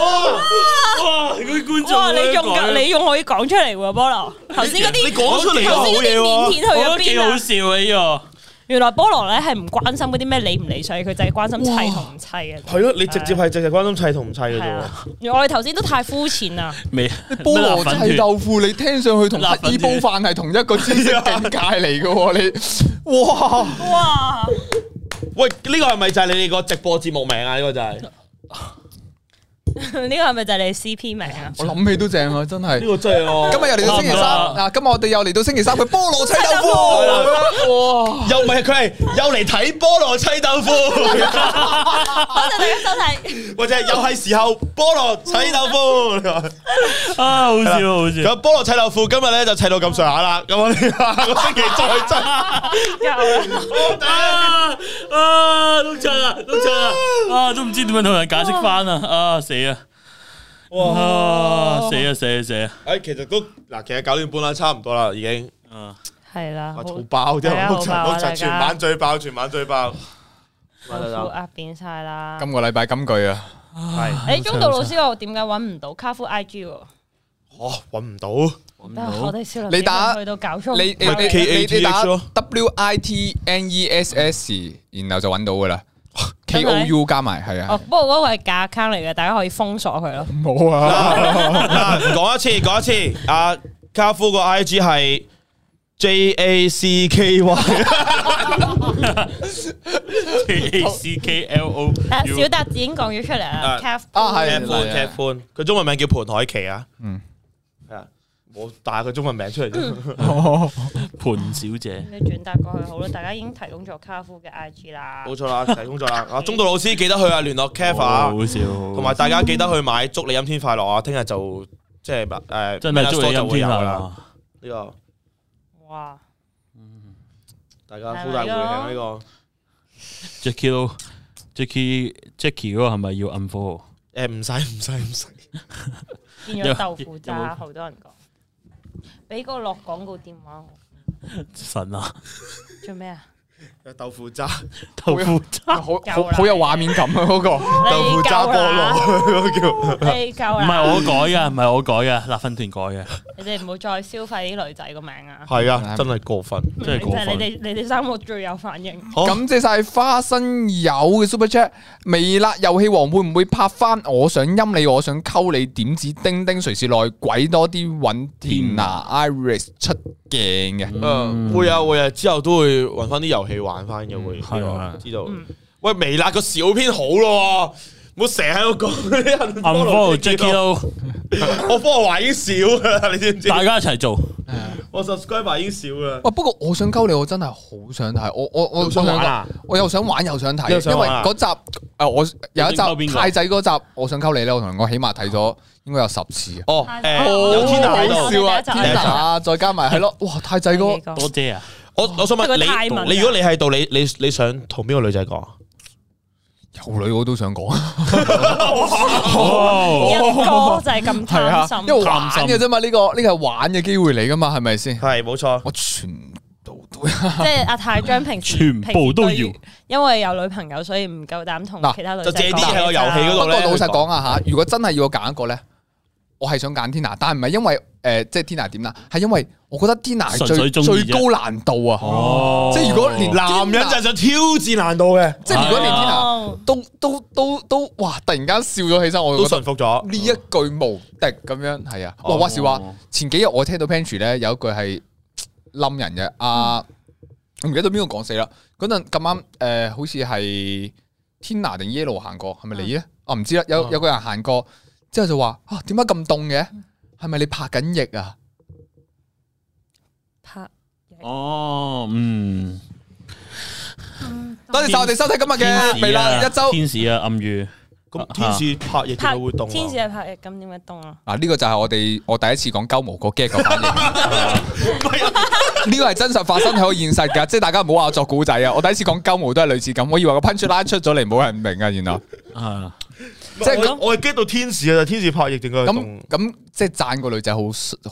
S3: 哇！嗰啲觀眾
S4: 哇！你
S3: 咧
S4: 用
S3: 講
S4: 㗎，你用可以講出嚟喎，菠蘿。頭先嗰啲，
S2: 你講出
S3: 啊
S2: 嚟都
S4: 頭
S2: 好
S4: 先嗰
S2: 嘢
S4: 啲
S2: 喎。
S4: 面片去
S3: 我
S4: 咗
S3: 覺得幾
S4: 邊
S3: 好
S4: 啊？
S3: 笑啊！呢
S4: 原來菠蘿咧係唔關心嗰啲咩理唔理想，佢就係關心砌同唔砌嘅。
S2: 係咯，你直接係直接關心砌同唔砌嘅啫
S4: 係
S2: 喎。
S4: 啊，我哋頭先都太膚淺啊啦。
S3: 個未
S1: 菠
S3: 咩
S1: 蘿
S3: 辣粉
S1: 砌
S3: 團
S1: 豆腐，你聽上去同
S3: 辣粉
S1: 乞衣煲
S3: 團
S1: 飯係同一個知識境界嚟嘅喎，你哇！
S4: 哇！
S2: 喂，呢個係咪就係你哋個直播節目名啊？呢個就係呢
S4: 呢個係咪就係你 C P 名啊？
S1: 我諗起都正啊，真係。
S2: 個真係喎。
S1: 今日又嚟到星期三，
S3: 啱
S1: 嗱，今日我哋又嚟到星期三嘅菠蘿砌豆腐，哇！
S2: 又唔係佢係又嚟睇菠蘿砌 豆腐，
S4: 多謝大家收 睇。
S2: 或者又係時候菠蘿砌豆 腐。
S3: 啊，好笑啊好笑！
S2: 咁菠蘿砌豆腐今日咧就砌到咁上下啦，咁我哋 下個星期再真。
S3: 啊啊，碌柒啊碌柒啊！啊，都唔知點樣同人解釋翻啊！啊，死啊！哇！死啊死啊死啊！
S2: 誒，哎其實都嗱，其實九點半啦，差唔多啦，已經。
S3: 啊
S4: 係啦，
S2: 哇，
S4: 好
S2: 好爆啫，
S4: 係啊
S2: 碌
S4: 好爆
S2: 柒
S4: 啊
S2: 碌
S4: 大
S2: 柒，
S4: 家
S2: 全晚最爆，全晚最爆。
S3: Vâng,
S4: 豆腐壓扁晒啦。
S1: 今個禮拜金句啊，
S2: 係，
S4: 誒，中道老師我點解揾唔到卡夫 I G 喎？
S2: 哦，揾唔到。
S4: 我哋少林寺
S1: 你打
S4: 去到搞錯，
S1: 你你
S2: 咪
S1: 你
S2: K A
S1: 你
S2: T H
S1: 你打
S2: 咯
S1: W I T N E S S，然後就揾到噶啦
S4: 真
S1: ，K
S4: 係
S1: O U 加埋係
S4: 哦，
S1: 啊，
S4: 不過嗰個係假 account 嚟嘅，大家可以封鎖佢咯。
S1: 冇啊，
S2: 嗱，講一次，講一次，阿卡夫個 I G 係 J A C K Y，
S3: ！K A C K L O，
S4: 啊小達子已經講咗出嚟啦
S2: 啊
S4: ，calf
S1: 啊係
S2: 劇歡劇歡，佢中文名叫盤海琪啊。
S1: 嗯，
S2: 係啊，我打佢中文名出嚟啫。
S3: 盤小姐，
S4: 你轉達過去好啦，大家已經提供咗卡夫嘅 IG 啦。
S2: 冇錯啦，提供咗啦。啊，中道老師記得去啊，聯絡 Kev 啊，
S3: 好笑，
S2: 同埋大家記得去買祝你陰天快樂啊！聽日就即係誒，
S3: 真係祝你
S2: Meta Store 就
S3: 陰
S2: 會有
S3: 天啊
S2: 㗎
S3: 快
S2: 啦。
S3: 樂。
S2: 呢個
S4: 哇！
S2: 大家好大回響呢個。
S3: Jackie Lou- Jackie Jackie 嗰個係咪要 unfollow？
S2: 誒唔使唔使唔使，
S4: 變咗豆腐渣，好多人講。俾個落廣告電話我，
S3: 神 啊！
S4: 做咩啊？
S2: 有豆腐渣
S3: 豆腐渣
S1: 好好好有畫面感啊嗰個。
S2: 豆腐渣菠蘿嗰個叫。
S4: 蘿，你夠
S3: 唔
S4: 啦！
S3: 係我改嘅，唔係我改嘅，辣粉團改嘅，
S4: 你哋唔好再消費啲女仔個名啊！
S2: 係啊，
S1: 嗯
S2: 真係過分。
S3: 真係過
S4: 你
S3: 分。
S4: 哋你哋三個最有反應。
S2: 好
S1: 感謝晒花生友嘅 Super Chat，微辣遊戲王會唔會拍翻？我想陰你，我想溝你，點指丁丁誰是內鬼多啲揾田娜 Iris 出鏡嘅。
S3: 嗯
S2: 誒會啊會啊，之後都會揾翻啲遊戲玩翻嘅會。
S3: 係啊
S2: 呢個知道
S4: 嗯。
S2: 喂，微辣個小編好咯喎，唔好成日喺度講啲人
S3: unfollow Jackie
S2: 啊
S3: Lou，
S2: 我 follow 話已經少啦，你知唔知？
S3: 大家一齊做。
S2: 我 subscribe 話已經少啦。
S1: 哇！不過我想溝你，我真係好想睇。我我我
S2: 你想玩啊！
S1: 我又想玩又想睇，
S2: 你又想
S1: 因為
S2: 玩啊
S1: 嗰集誒我有
S3: 你想溝
S1: 一
S3: 邊
S1: 集
S3: 個
S1: 太仔嗰集，我想溝你咧，我同你講起碼睇咗應該有十次啊。
S2: 哦，誒，有天
S4: 娜
S2: 大
S4: 喺
S2: 喺
S4: 度
S2: 度
S1: 好。笑啊！
S4: 第一集
S1: 天娜再加埋係咯，哇！太仔嗰
S4: 第幾個
S3: 多謝啊！
S2: 我我想問
S4: 佢個泰文啊
S2: 你，你如果你喺度，你你你想同邊個女仔講？啊
S1: 有女我都想講。
S4: 一
S2: 哦
S4: 哥就係咁
S1: 系啊
S4: 貪，心，
S1: 因為玩
S3: 貪心
S1: 嘅啫嘛，呢個呢個係玩嘅機會嚟噶嘛，係咪先？
S2: 係冇錯，
S1: 我全部都
S4: 即係阿泰將平時
S3: 全部都要，
S4: 平時對於因為有女朋友，所以唔夠膽同
S1: 嗱
S4: 其他女仔
S2: 就借啲
S4: 講
S2: 喺個遊戲嗰
S1: 不
S2: 度
S1: 過
S2: 咧。
S1: 老實講啊吓，如果真係要我揀一個咧，我係想揀天娜，但係唔係因為诶，即係天娜點啦，係因為我覺得天娜係
S3: 純粹
S1: 最
S3: 鍾意啫
S1: 最高難度啊！
S3: 哦，
S1: 即係如果連
S2: 男人就係想挑戰難度嘅，
S1: 即係如果連天娜
S4: 哦
S1: 都都都都哇，突然間笑咗起身，我
S2: 都
S1: 就覺得
S2: 順服咗。
S1: 呢一句無敵咁樣係啊！
S3: 哦
S1: 哇，話時話前幾日我聽到 Pantry 咧有一句係嗯冧人嘅，啊，我唔記得咗邊個講死啦。嗰陣咁啱誒，好似係 Tina 定 Yellow 行過，係咪你咧？我唔知啦。有有個人行過之後就話啊，點解咁凍嘅？係咪你拍緊翼啊？
S4: 拍
S3: 哦，嗯，
S1: 多謝晒我哋收睇今日
S3: 天使
S1: 嘅
S3: 啊
S1: 微辣一周。
S3: 天使啊，暗語
S2: 咁天使拍亦
S4: 拍
S2: 都會動
S4: 天使
S2: 啊。
S4: 係拍翼，咁點解凍啊？
S1: 嗱，呢個就係我哋我第一次講鳩毛個 g 嘅反應。呢個係真實發生喺我現實㗎，即係大家唔好話我作古仔啊！我第一次講鳩毛都係類似咁，我以為個 punch line 出咗嚟冇人明啊，原來
S3: 啊，
S1: 即係
S2: 我我係 get 到天使啊，天使拍亦定佢
S1: 咁咁即係讚個女仔好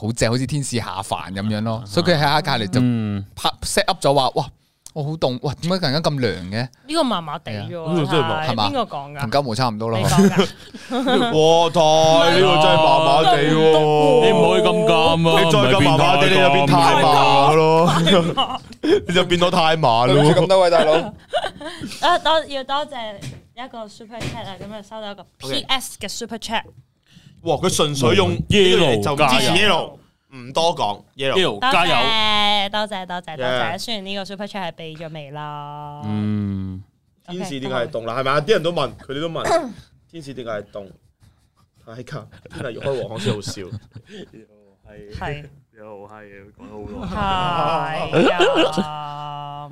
S1: 好正，好似天使下凡咁樣咯。所以佢喺下隔離就
S3: 嗯，
S1: 拍 set up 咗話，哇！我好凍，哇！點解突然間咁涼嘅？
S4: 呢個麻麻地啫
S2: 呢個
S4: 喎，
S2: 真係麻
S4: 係
S1: 係嘛
S4: 邊個講㗎？
S1: 同金毛差唔多
S4: 你
S1: 咯。
S4: 講㗎？
S2: 哇！太呢個真係啊麻麻地喎，
S3: 你唔可以咁咁啊！
S2: 你再咁麻麻地，你就變太麻咯， 你就變到太麻
S1: 對唔住咁
S2: 咯。
S1: 多位大佬，
S4: 啊多要多謝一個 super chat 啊，咁啊收到一個 PS 嘅 super chat，
S2: 哇！佢純粹用
S3: Yellow
S2: 就唔支
S1: 哎
S2: 持
S3: 加
S2: yellow，唔多講 yellow。
S3: Yellow，
S4: 多
S3: 加油！
S4: 謝多謝多謝多
S2: Yeah
S4: 謝，雖然呢個 super chat 係避咗未啦，
S3: 嗯，
S2: 天使點解係凍啦？係咪啊？啲人都問，佢哋都問天使點解係凍？太假，天係要開黃腔先好笑。
S4: 係
S3: 又係講好
S4: 係啊，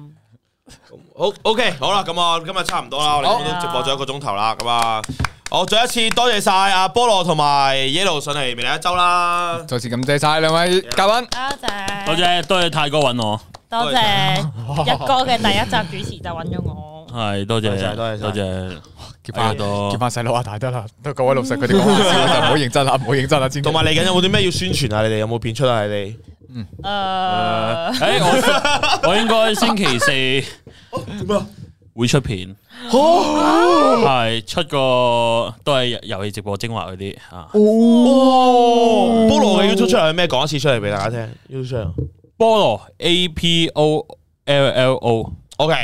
S2: 好 OK，好啦，咁啊，今日差唔多啦，我哋
S4: 好
S2: 今日都直播咗一個鐘頭啦，咁啊，我再一次多謝晒阿菠蘿同埋 Yellow 上嚟未嚟一周啦。
S1: 再次感謝晒兩位嘉賓。
S4: 多謝
S3: 多謝多謝泰哥揾我，
S4: 多謝一哥嘅第一集主持就揾咗我，
S3: 係多
S2: 多謝
S3: 謝
S2: 多謝
S3: 多謝，
S1: 叫
S3: 哎呀
S1: 翻
S3: 多
S1: 叫翻細佬阿大得啦，都各位老實佢哋講下笑就唔好認真啦，唔好認真啦，千祈
S2: 同埋嚟緊有冇啲咩要宣傳啊？你哋有冇片出啊？你哋
S4: 誒。
S3: 誒我 我應該星期四
S2: 點啊？哦
S3: 會出片，係出個都係遊戲直播精華嗰啲啊。
S2: 哦菠蘿嘅 YouTube 出係咩？講一次出嚟俾大家聽。YouTube 出嚟
S3: 菠蘿 A P O L L O
S2: OK，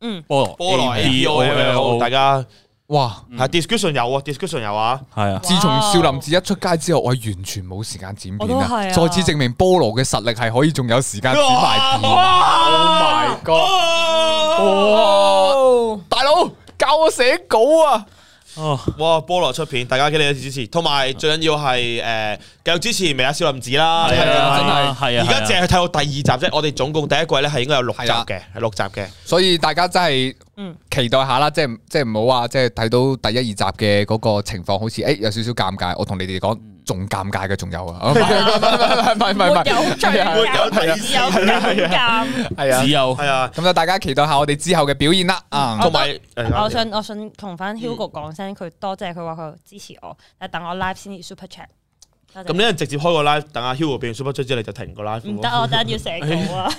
S3: 菠蘿
S2: 菠蘿
S3: A P O L L
S2: APOL，
S3: O
S2: 大家
S1: 哇！
S2: 係 discussion 有啊，discussion 有啊。
S3: 係啊，
S1: 自從少林寺一出街之後，我係完全冇時間剪
S4: 我
S1: 片
S4: 都
S1: 啊！
S4: 係啊
S1: 再次證明菠蘿嘅實力係可以仲有時間剪埋啊片。
S2: 哇
S1: Oh my god！哇！大佬教我寫稿啊！
S3: 哦，
S2: 哇！菠蘿出片，大家記得支持，同埋最緊要係誒繼續支持微辣少林寺啦。
S1: 係
S2: 係
S1: 啊真係
S3: 係
S2: 而
S3: 啊，
S2: 家
S3: 係
S2: 淨
S3: 啊
S2: 係睇到第二集啫，我哋總共第一季咧係應該有六集
S1: 係啊
S2: 嘅，係六集嘅。
S1: 所以大家真係
S4: 嗯
S1: 期待下啦，即係即係唔好話即係睇到第一二集嘅嗰個情況，好似誒有少少尷尬。我同你哋講，
S4: 嗯
S1: 仲尷尬嘅仲有 啊！唔係唔係唔係唔係
S4: 沒有罪
S1: 係啊
S2: 沒有罪
S4: 有尷尬。
S1: 係啊
S3: 只！有
S2: 係啊，
S1: 咁就大家期待下我哋之後嘅表現啦。
S4: 嗯
S1: 啊，嗯
S2: 同埋
S4: 我想我想同翻 Hugo 講聲，佢多謝佢話佢支持我，但等我 live 先至 super chat。多謝
S2: 咁呢，直接開個 live，等阿 Hugo 變 super 出之後，你就停個 live。
S4: 唔得，我真係要寫稿啊。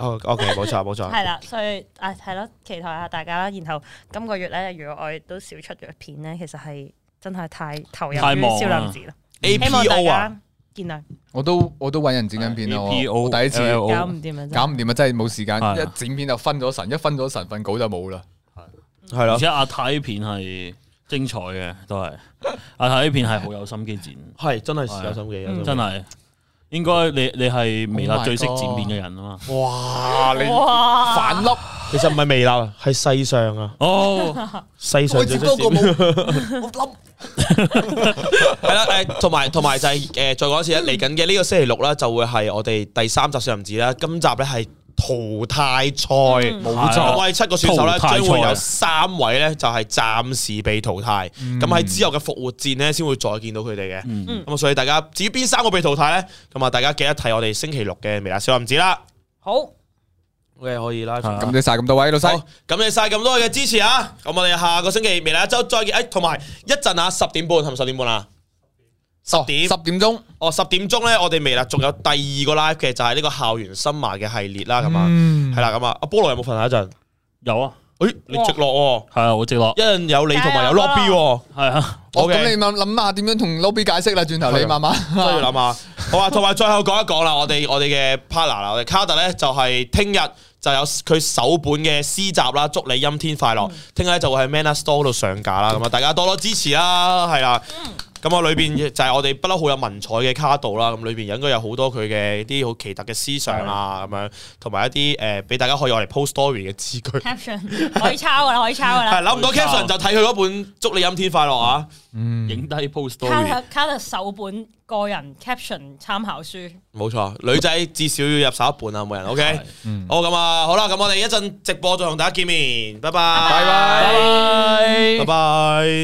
S2: 哦，OK，冇錯冇錯。
S4: 係啦，所以啊係咯，期待下大家啦。然後今個月咧，如果我哋都少出咗片咧，其實係真係太投入於
S3: 太忙啦
S4: 少林寺啦。
S2: A
S4: 希望大
S2: 啊 P O 啊，
S4: 家見諒，
S1: 我都我都揾人剪緊片啊啦，我
S3: APO
S1: 我第一次
S3: LLO
S4: 搞唔掂啊！真
S1: 搞
S4: 係
S1: 唔掂啊，真係冇時間，
S3: 係啊
S1: 一剪片就分咗神，一分咗神份稿就冇啦。
S2: 係
S3: 而
S2: 咯，
S3: 且阿太片係精彩嘅，都係阿太片係好有心機剪，
S2: 係真係有心機，有心機
S3: 真係應該你你係微辣最識剪片嘅人啊嘛。啊
S2: 哇！你
S4: 哇！
S1: 反粒，
S2: 其實唔係微辣，係世上啊，
S3: 哦，
S2: 世上
S1: 我
S2: 最
S1: 接
S2: 識
S1: 多個
S2: 剪
S1: 冇， 我粒。
S2: 係啦，誒，同埋同埋就係誒，再講一次咧，嚟緊嘅呢個星期六啦，就會係我哋第三集少林寺啦，今集咧係淘汰賽，冇
S3: 錯
S2: 咁我哋七個選手咧，
S3: 淘汰賽
S2: 將會有三位咧就係暫時被淘汰，
S3: 嗯
S2: 咁喺之後嘅復活戰咧先會再見到佢哋嘅，咁啊，所以大家至於邊三個被淘汰咧，咁啊，大家記得睇我哋星期六嘅微辣少林寺啦。
S4: 好，
S2: OK，可以啦。
S3: 係啊
S1: 感謝晒咁多位老細
S2: 好，，感謝晒咁多位嘅支持啊！咁我哋下個星期微辣一周再見，誒，哎同埋一陣啊，十點半係咪十點半啊？
S1: 十
S2: 點
S1: 十點鐘。
S2: 哦，十點鐘咧，我哋微辣仲有第二個 live 嘅，就係呢個校園森麻嘅系列啦，咁
S1: 嗯
S2: 啊，係啦，咁啊，阿菠蘿有冇瞓下一陣？
S3: 有啊，
S2: 誒，你直落
S3: 係啊，我直落
S2: 喎，一陣有你同埋有 lobby 喎，
S3: 係啊，
S1: 哦，
S2: OK
S1: 咁你咪諗下點樣同 lobby 解釋啦，轉頭
S2: 係
S1: 你
S2: 啊
S1: 慢慢。
S2: 真係要諗下。 好啊，同埋最後講一講啦，我哋我哋嘅 partner 啦，我哋卡特咧就係聽日就有佢首本嘅詩集啦，祝你陰天快樂。聽日咧就會喺 Manner Store 度上架啦，咁啊，大家多多支持啦，係啦。咁啊，裏邊就係我哋不嬲好有文采嘅卡度啦，咁裏邊應該有好多佢嘅啲好奇特嘅思想啊，咁樣，同埋一啲誒俾大家可以我嚟 post story 嘅字句。
S4: caption 可以抄噶啦，可以抄噶
S2: 係
S4: 啦。
S2: 諗唔到 caption 就睇佢嗰本《祝你陰天快樂》啊！
S3: 影低 post
S4: 卡
S3: story，
S4: 特卡特首本個人 caption 參考書，
S2: 冇錯，女仔至少要入手一半啊，每人 OK
S3: 係。
S2: 好咁啊，好啦，咁我哋一陣直播再同大家見面，拜拜，
S4: 拜
S2: 拜拜。